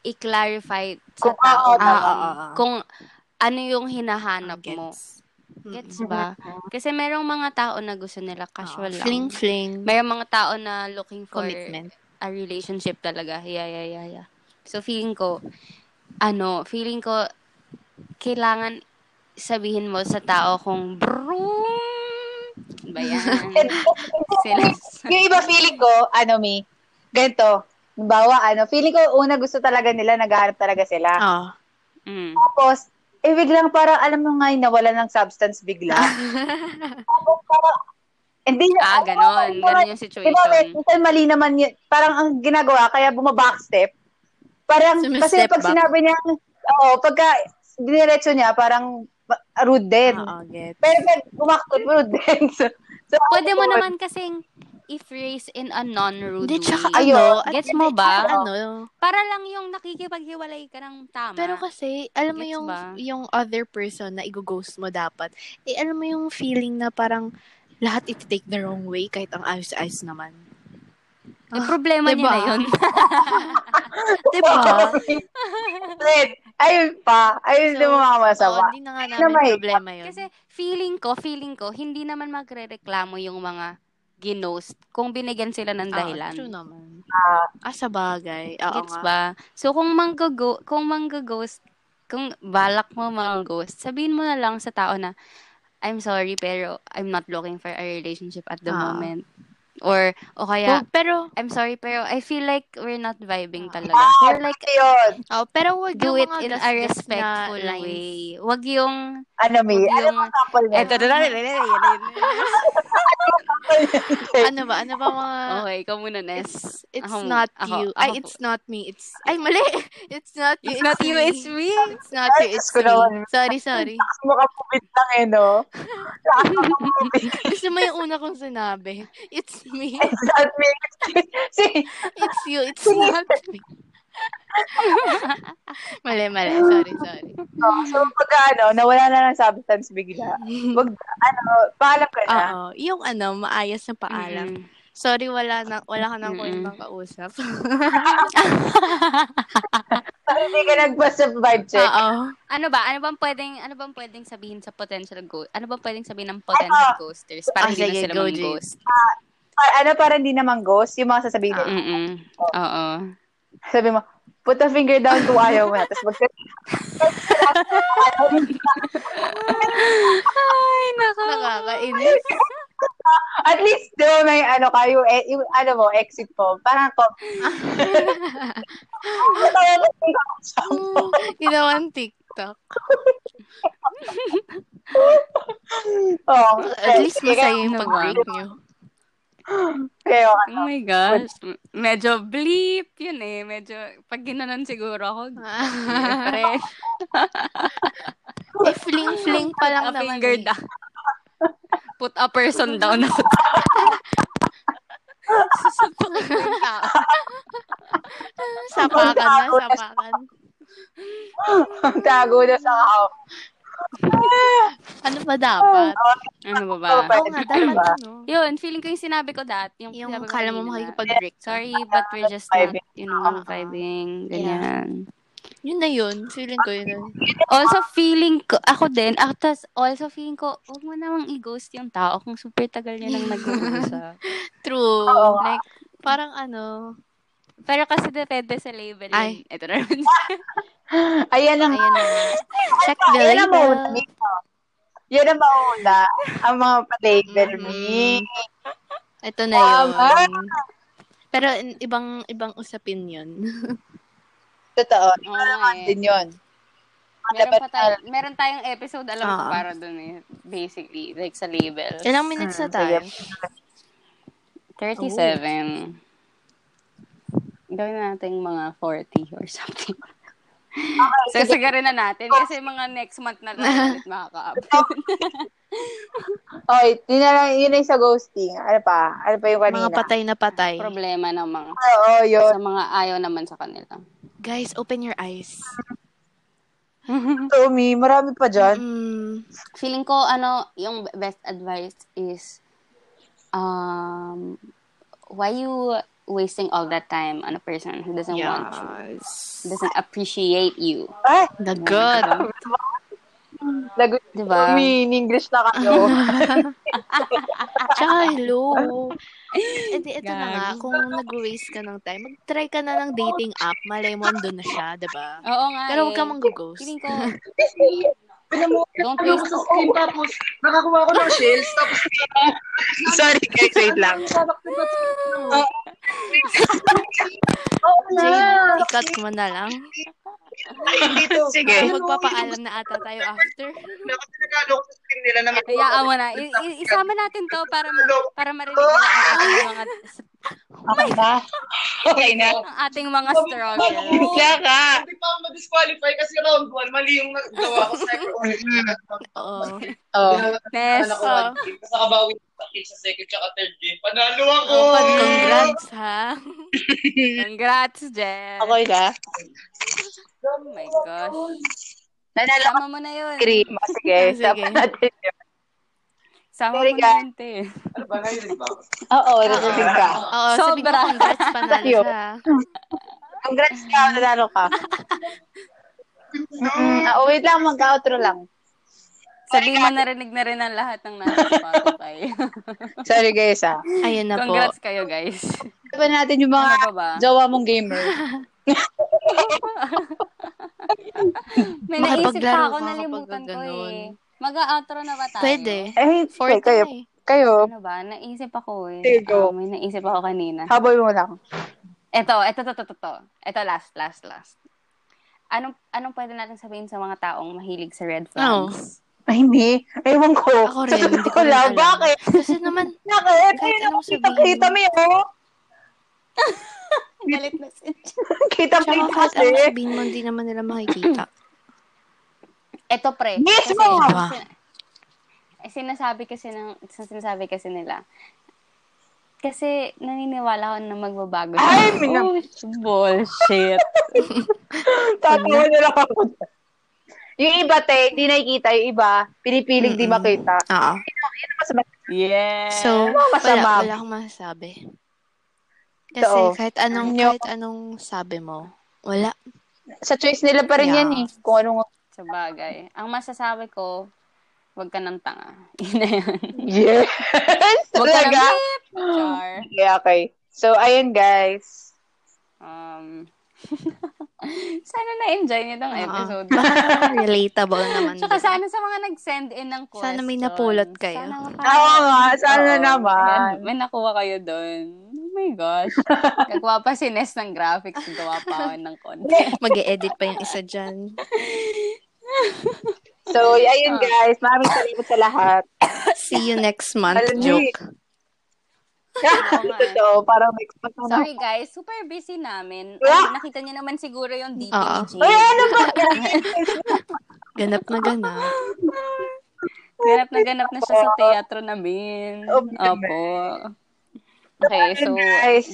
Speaker 1: i-clarify sa
Speaker 2: Kung-
Speaker 1: tao
Speaker 2: oo, tama.
Speaker 1: na- kung ano yung hinahanap mo. Gets ba? Kasi merong mga tao na gusto nila casual
Speaker 2: Ah,
Speaker 1: lang.
Speaker 3: Fling, fling.
Speaker 1: Merong mga tao na looking for
Speaker 3: commitment.
Speaker 1: a relationship talaga. Yeah, yeah, yeah, yeah. So, feeling ko, ano, feeling ko, kailangan sabihin mo sa tao kung bro ba yan? Sila.
Speaker 2: Yung iba feeling ko, ano mi, ganito. Bawa, ano, feeling ko una gusto talaga nila, naghahanap talaga sila.
Speaker 3: Ah.
Speaker 1: Mm.
Speaker 2: Tapos, eh biglang parang alam mo nga yun, nawala ng substance bigla. Tapos parang, Hindi niya.
Speaker 1: Ah, ganon. Ganon yung
Speaker 2: Di ba, may-
Speaker 1: situation.
Speaker 2: minsan mali naman yun. Parang ang ginagawa, kaya bumabackstep. Parang, kasi
Speaker 3: Sumistep
Speaker 2: pag
Speaker 3: back.
Speaker 2: sinabi niya, oo, pagka diniretso niya, parang ma- rude din.
Speaker 1: Ah.
Speaker 3: Oo, ah, get.
Speaker 2: Pero pag bumaksot, rude din. So, so,
Speaker 1: Pwede mo
Speaker 2: ayun.
Speaker 1: naman kasing i-phrase in a non-rude
Speaker 3: Hindi, tsaka
Speaker 1: way.
Speaker 2: Ayun.
Speaker 3: ano, at
Speaker 1: Gets
Speaker 3: hindi,
Speaker 1: mo ba?
Speaker 3: tsaka Ano,
Speaker 1: Para lang yung nakikipaghiwalay ka ng tama.
Speaker 3: Pero kasi, alam mo
Speaker 1: Gets
Speaker 3: yung
Speaker 1: ba?
Speaker 3: yung other person na i-ghost mo dapat, eh alam mo yung feeling na parang lahat iti-take the wrong way kahit ang ayos-ayos naman.
Speaker 1: Eh, problema
Speaker 3: Diba?
Speaker 1: niya na yun.
Speaker 3: Diba?
Speaker 2: Red. Ayun pa. Ayun
Speaker 3: So,
Speaker 2: din mga
Speaker 3: Oo,
Speaker 2: masama.
Speaker 3: hindi na nga
Speaker 2: naman
Speaker 3: namin
Speaker 2: eh.
Speaker 3: problema yun.
Speaker 1: kasi feeling ko, feeling ko, hindi naman magrereklamo yung mga ginost kung binigyan sila ng
Speaker 3: Oo,
Speaker 1: dahilan.
Speaker 3: Ah, true naman.
Speaker 2: Ah.
Speaker 3: Ah, sa bagay. Oo
Speaker 1: Gets
Speaker 3: nga.
Speaker 1: ba? So, kung manggago, kung manggaghost, kung balak mo mang-ghost, sabihin mo na lang sa tao na, I'm sorry, pero I'm not looking for a relationship at the
Speaker 3: Ah.
Speaker 1: moment. Or, o
Speaker 3: Huwag-
Speaker 1: kaya,
Speaker 3: pero,
Speaker 1: I'm sorry, pero I feel like we're not vibing
Speaker 3: Ah.
Speaker 1: talaga. Or like,
Speaker 2: Ano yun.
Speaker 3: oh, pero wag
Speaker 1: do
Speaker 3: yung
Speaker 1: it
Speaker 3: mga
Speaker 1: in a
Speaker 3: gasgas na
Speaker 1: respectful
Speaker 3: lines.
Speaker 1: way. Wag yung,
Speaker 2: Ano,
Speaker 1: wag
Speaker 2: May? Ano
Speaker 1: yung,
Speaker 2: ang couple na
Speaker 1: eto, na,
Speaker 3: Ano ba? Ano ba mga...
Speaker 1: Okay, ikaw muna, Nes.
Speaker 3: It's, it's
Speaker 1: Oh, Ako-
Speaker 3: not
Speaker 1: ako-
Speaker 3: you.
Speaker 1: ako
Speaker 3: Ay,
Speaker 1: po.
Speaker 3: it's not me. It's... Ay, mali. It's not you.
Speaker 1: It's not you,
Speaker 3: me.
Speaker 1: it's me.
Speaker 3: It's not you.
Speaker 2: Ay,
Speaker 3: It's
Speaker 2: Diyos ko naman.
Speaker 3: me. Sorry, sorry.
Speaker 2: Mukha po bintang eh, no?
Speaker 3: Gusto mo yung una kong sinabi. It's me.
Speaker 2: It's not me. si,
Speaker 3: It's you. It's not me. mali, mali. Sorry, sorry.
Speaker 2: no, so, pagka ano, nawala na ng substance bigla.
Speaker 1: Hmm.
Speaker 2: Wag, ano, paalam ka na.
Speaker 1: Uh-uh.
Speaker 3: Oo. Yung ano, maayos na paalam.
Speaker 1: Mm-mm.
Speaker 3: Sorry, wala, na, wala ka nang
Speaker 1: Mm-mm.
Speaker 3: mm kausap.
Speaker 2: Hindi ka nag-bust sa vibe check.
Speaker 3: Oo.
Speaker 1: Ano ba? Ano bang pwedeng ano bang pwedeng sabihin sa potential ghost? Ano bang pwedeng sabihin ng potential ghosters para
Speaker 3: Ah,
Speaker 1: hindi na
Speaker 3: sige,
Speaker 1: sila mag
Speaker 3: go, Jade.
Speaker 1: ghost?
Speaker 2: Pa- ano, parang di naman ghost, yung mga sasabihin nila.
Speaker 1: Mm. Oo. Uh-uh.
Speaker 2: Sabi mo, put a finger down to ayaw mo na. Tapos magka...
Speaker 1: Ay, nako.
Speaker 3: Nakakainis.
Speaker 2: At least, di ba, may ano kayo, eh, yung, ano mo, exit po. Parang ko,
Speaker 3: Ginawan TikTok.
Speaker 2: oh,
Speaker 3: At least masaya yung
Speaker 1: Ano ba?
Speaker 3: pag-break nyo.
Speaker 2: Kayo, ano,
Speaker 1: Oh my gosh. M- Medyo bleep yun eh. Medyo, pag ginanon siguro ako, syempre.
Speaker 3: eh, fling-fling pa
Speaker 1: a
Speaker 3: lang naman.
Speaker 1: finger
Speaker 3: eh.
Speaker 1: down. Put a person down na sa Susutukin mo yung tao.
Speaker 3: Ah. Sapakan na, sapakan. Hmm.
Speaker 2: ang tago na sa kao.
Speaker 3: Ano ba dapat?
Speaker 1: Ano ba ba?
Speaker 2: Oo,
Speaker 3: Oo nga, dapat
Speaker 2: Diba?
Speaker 3: ano.
Speaker 1: Yun, feeling ko yung sinabi ko dati. Yung,
Speaker 3: Yung
Speaker 1: sinabi ko
Speaker 3: kala mo Ah.
Speaker 1: kanina.
Speaker 3: makikipag-break.
Speaker 1: Sorry, but we're just not,
Speaker 2: Vibing.
Speaker 1: you know, vibing, ganyan.
Speaker 3: Yun na yun. Feeling ko yun. na yun.
Speaker 1: Also, feeling ko, ako din, ako, tas also feeling ko, huwag mo namang i-ghost yung tao kung super tagal niya nang nag-uusap.
Speaker 3: True.
Speaker 2: Oo.
Speaker 3: Like, parang ano,
Speaker 1: Pero kasi depende sa label. yun.
Speaker 3: Ay.
Speaker 1: Ito na naman.
Speaker 2: Ayan ang
Speaker 3: ayan na. Check the
Speaker 2: Yan ang
Speaker 3: label.
Speaker 2: mauna. Mika. Yan ang mauna. Ang mga pa-label me.
Speaker 3: Ito na yun.
Speaker 2: Tama.
Speaker 3: Pero in- ibang ibang usapin yun.
Speaker 2: Totoo.
Speaker 1: Oo
Speaker 2: Ano
Speaker 1: nga eh.
Speaker 2: din yun.
Speaker 1: Meron, pa tayo, meron tayong episode, alam ko,
Speaker 3: Oo.
Speaker 1: para dun eh. Basically, like sa label.
Speaker 3: Ilang minutes na tayo?
Speaker 2: Mm, Sige.
Speaker 1: 37. Gawin natin mga 40 or something.
Speaker 2: Okay, sige.
Speaker 1: Sasagarin na natin kasi mga next month na lang ulit makaka-upload.
Speaker 2: Oy, yun na lang, yun na yung sa ghosting. Ano pa? Ano pa yung kanina?
Speaker 3: Mga patay na patay.
Speaker 1: Problema ng mga
Speaker 2: Oo, yun.
Speaker 1: sa mga ayaw naman sa kanila.
Speaker 3: Guys, open your eyes.
Speaker 2: Totoo, me. Marami pa dyan.
Speaker 3: Mm,
Speaker 1: Feeling ko ano, yung best advice is um why you wasting all that time on a person who doesn't want you,
Speaker 3: yes.
Speaker 1: doesn't appreciate you.
Speaker 2: Ay,
Speaker 3: The good.
Speaker 2: lagot
Speaker 1: Diba?
Speaker 2: me. In English na kayo.
Speaker 3: Tsaka, hello. Eh, di, ito na
Speaker 1: Gag.
Speaker 3: nga, kung nag-waste ka ng time, mag-try ka na ng dating app. Malay mo, andun na siya, diba?
Speaker 1: Oo nga.
Speaker 3: Pero huwag
Speaker 1: eh.
Speaker 3: ka mang-ghost.
Speaker 1: Feeling ko don't
Speaker 4: Pinamukha ko
Speaker 1: waste
Speaker 4: sa screen tapos nakakuha ko ng shells tapos
Speaker 2: Sorry, guys. Wait lang.
Speaker 4: nabaktibat sa
Speaker 3: Jane, ikat mo na lang.
Speaker 4: dito.
Speaker 2: Sige.
Speaker 3: Magpapaalam na ata tayo after.
Speaker 4: Ako na nanalo ko sa screen nila na may
Speaker 1: Hayaan mo na. I- i- isama natin to para ma- para marinig nila ang ating mga
Speaker 2: Okay ba? Okay na.
Speaker 1: ang ating mga struggle.
Speaker 2: Bigla ka.
Speaker 4: Hindi pa ako ma-disqualify kasi round 1, mali yung nagawa ko. Sniper only.
Speaker 3: Oo.
Speaker 2: Oh.
Speaker 1: Yes.
Speaker 4: Ano ko, one game. Tapos nakabawi sa akin sa second tsaka third game. Panalo ako!
Speaker 3: Open, congrats, ha?
Speaker 1: Congrats, Jen.
Speaker 2: Okay ka?
Speaker 1: Oh my gosh.
Speaker 2: Nanalo ka
Speaker 1: Sama mo na yun.
Speaker 2: cream. O, Ah, Sige,
Speaker 3: Sige.
Speaker 2: tapos natin yun.
Speaker 1: Sama mo
Speaker 2: Sorry,
Speaker 1: na yun, te.
Speaker 4: Ano ba ngayon, di ba?
Speaker 2: Oo, nasusig ka.
Speaker 3: Oo, sabi ko,
Speaker 1: Sobra.
Speaker 3: congrats, panalo
Speaker 2: Sa'yo.
Speaker 3: siya.
Speaker 2: Congrats ka, nanalo ka. Mm, ah, oh, wait lang, mag-outro lang.
Speaker 1: Sabi mo narinig na rin ang lahat ng nasa Spotify.
Speaker 2: Sorry guys ah.
Speaker 3: Ayun na po.
Speaker 1: Congrats kayo, guys.
Speaker 2: Sabi natin yung mga
Speaker 1: Ano pa ba?
Speaker 2: jowa mong gamer.
Speaker 1: May naisip
Speaker 3: Makapaglaro
Speaker 1: pa ako,
Speaker 3: ka kapag
Speaker 1: nalimutan ko
Speaker 3: ganun.
Speaker 1: eh. Mag-outro na ba tayo?
Speaker 3: Pwede.
Speaker 2: Eh,
Speaker 3: Fourth
Speaker 2: kayo,
Speaker 3: na eh.
Speaker 2: kayo,
Speaker 1: Ano ba? Naisip ako eh.
Speaker 2: Sige, go.
Speaker 1: Ah, may naisip ako kanina.
Speaker 2: habol mo lang.
Speaker 1: Eto, eto, to, to, to, to. Eto, last, last, last. Anong, anong pwede natin sabihin sa mga taong mahilig sa red
Speaker 3: Oh.
Speaker 1: flags?
Speaker 2: Ay, hindi. Ewan ko.
Speaker 3: Ako rin,
Speaker 2: Sagot ko
Speaker 3: hindi ko rin
Speaker 2: lang,
Speaker 3: alam.
Speaker 2: bakit?
Speaker 3: Kasi naman,
Speaker 2: Bakit?
Speaker 3: Kahit
Speaker 2: Ayun,
Speaker 3: anong
Speaker 2: kita,
Speaker 3: sabihin
Speaker 2: kita
Speaker 3: mo.
Speaker 2: mo yun. oh.
Speaker 3: Oh.
Speaker 1: Galit na si-
Speaker 2: Kita mo
Speaker 3: tsaka
Speaker 2: yun
Speaker 3: kahit
Speaker 2: kasi.
Speaker 3: ano sabihin mo, hindi naman nila makikita.
Speaker 1: Eto, pre.
Speaker 2: Mismo!
Speaker 3: Diba?
Speaker 1: Eh, sinasabi kasi ng sin- sinasabi kasi nila. Kasi naniniwala ako na magbabago. siya.
Speaker 2: Ay, minam-
Speaker 1: Oh, bullshit.
Speaker 2: Tatawa na lang ako. Yung iba, te, hindi nakikita. Yung iba, pinipiling di
Speaker 3: Mm-mm.
Speaker 2: makita.
Speaker 3: Oo.
Speaker 2: Mas ma-
Speaker 1: Yeah.
Speaker 3: So,
Speaker 2: masama.
Speaker 3: wala, wala akong masasabi. Kasi
Speaker 2: Totoo.
Speaker 3: kahit anong
Speaker 2: Yun.
Speaker 3: kahit anong sabi mo, wala.
Speaker 2: Sa choice nila pa rin
Speaker 3: Yeah.
Speaker 2: yan eh. Kung anong...
Speaker 1: Sa bagay. Ang masasabi ko, huwag ka ng tanga. Yun na yun.
Speaker 2: Yes!
Speaker 1: Huwag ka ng
Speaker 2: Talaga?
Speaker 1: beep, Char.
Speaker 2: Okay, okay. So, ayun guys.
Speaker 1: Um, sana na-enjoy niyo tong
Speaker 3: Oo.
Speaker 1: episode.
Speaker 3: Baka relatable naman.
Speaker 1: Tsaka
Speaker 3: din.
Speaker 1: sana sa mga nag-send in ng questions.
Speaker 3: Sana may napulot kayo.
Speaker 1: Sana maka-
Speaker 2: Oo nga, sana
Speaker 1: Oo. Ayan,
Speaker 2: naman.
Speaker 1: may nakuha kayo doon. Oh my gosh. Nagwa pa si Ness ng graphics. Gawa pa ako ng konti.
Speaker 3: mag edit pa yung isa dyan.
Speaker 2: So,
Speaker 1: Ah.
Speaker 2: ayun guys. Maraming salamat sa lahat.
Speaker 3: See you next month.
Speaker 2: Alam niyo
Speaker 3: Joke.
Speaker 1: nga eh.
Speaker 2: Totoo, parang next month na
Speaker 1: Sorry guys, super busy namin. Ay,
Speaker 2: Yeah.
Speaker 1: nakita niyo naman siguro yung DP
Speaker 3: Oo.
Speaker 1: ni
Speaker 2: Ay,
Speaker 1: Jane.
Speaker 2: ano ba?
Speaker 3: Ganap na ganap.
Speaker 1: Ganap na ganap na siya sa teatro namin.
Speaker 2: Oh, my
Speaker 1: Opo. Okay, so,
Speaker 2: guys.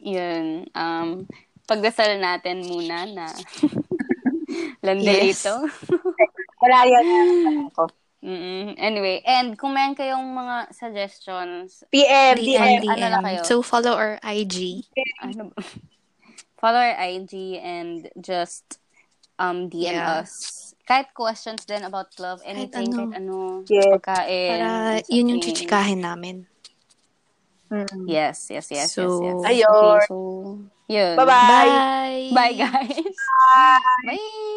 Speaker 1: yun. Um, pagdasal natin muna na landelito.
Speaker 2: Wala yan.
Speaker 1: Hmm.
Speaker 2: Ako.
Speaker 1: mm Anyway, and kung meron kayong mga suggestions,
Speaker 2: PM, DM.
Speaker 3: DM,
Speaker 1: Ano na
Speaker 3: DM.
Speaker 1: kayo?
Speaker 3: So, follow our IG.
Speaker 1: ano ba? follow our IG and just um DM
Speaker 3: Yeah.
Speaker 1: us. Kahit questions din about love, anything,
Speaker 3: ano.
Speaker 1: kahit ano,
Speaker 2: Yes.
Speaker 1: pagkain.
Speaker 3: Para yun yung
Speaker 1: something.
Speaker 3: chichikahin namin.
Speaker 2: Mm.
Speaker 1: Yes, yes, yes, yes,
Speaker 3: So,
Speaker 1: yes.
Speaker 2: ayun.
Speaker 1: Okay, so, yun.
Speaker 2: Bye-bye.
Speaker 1: Bye, guys. Bye.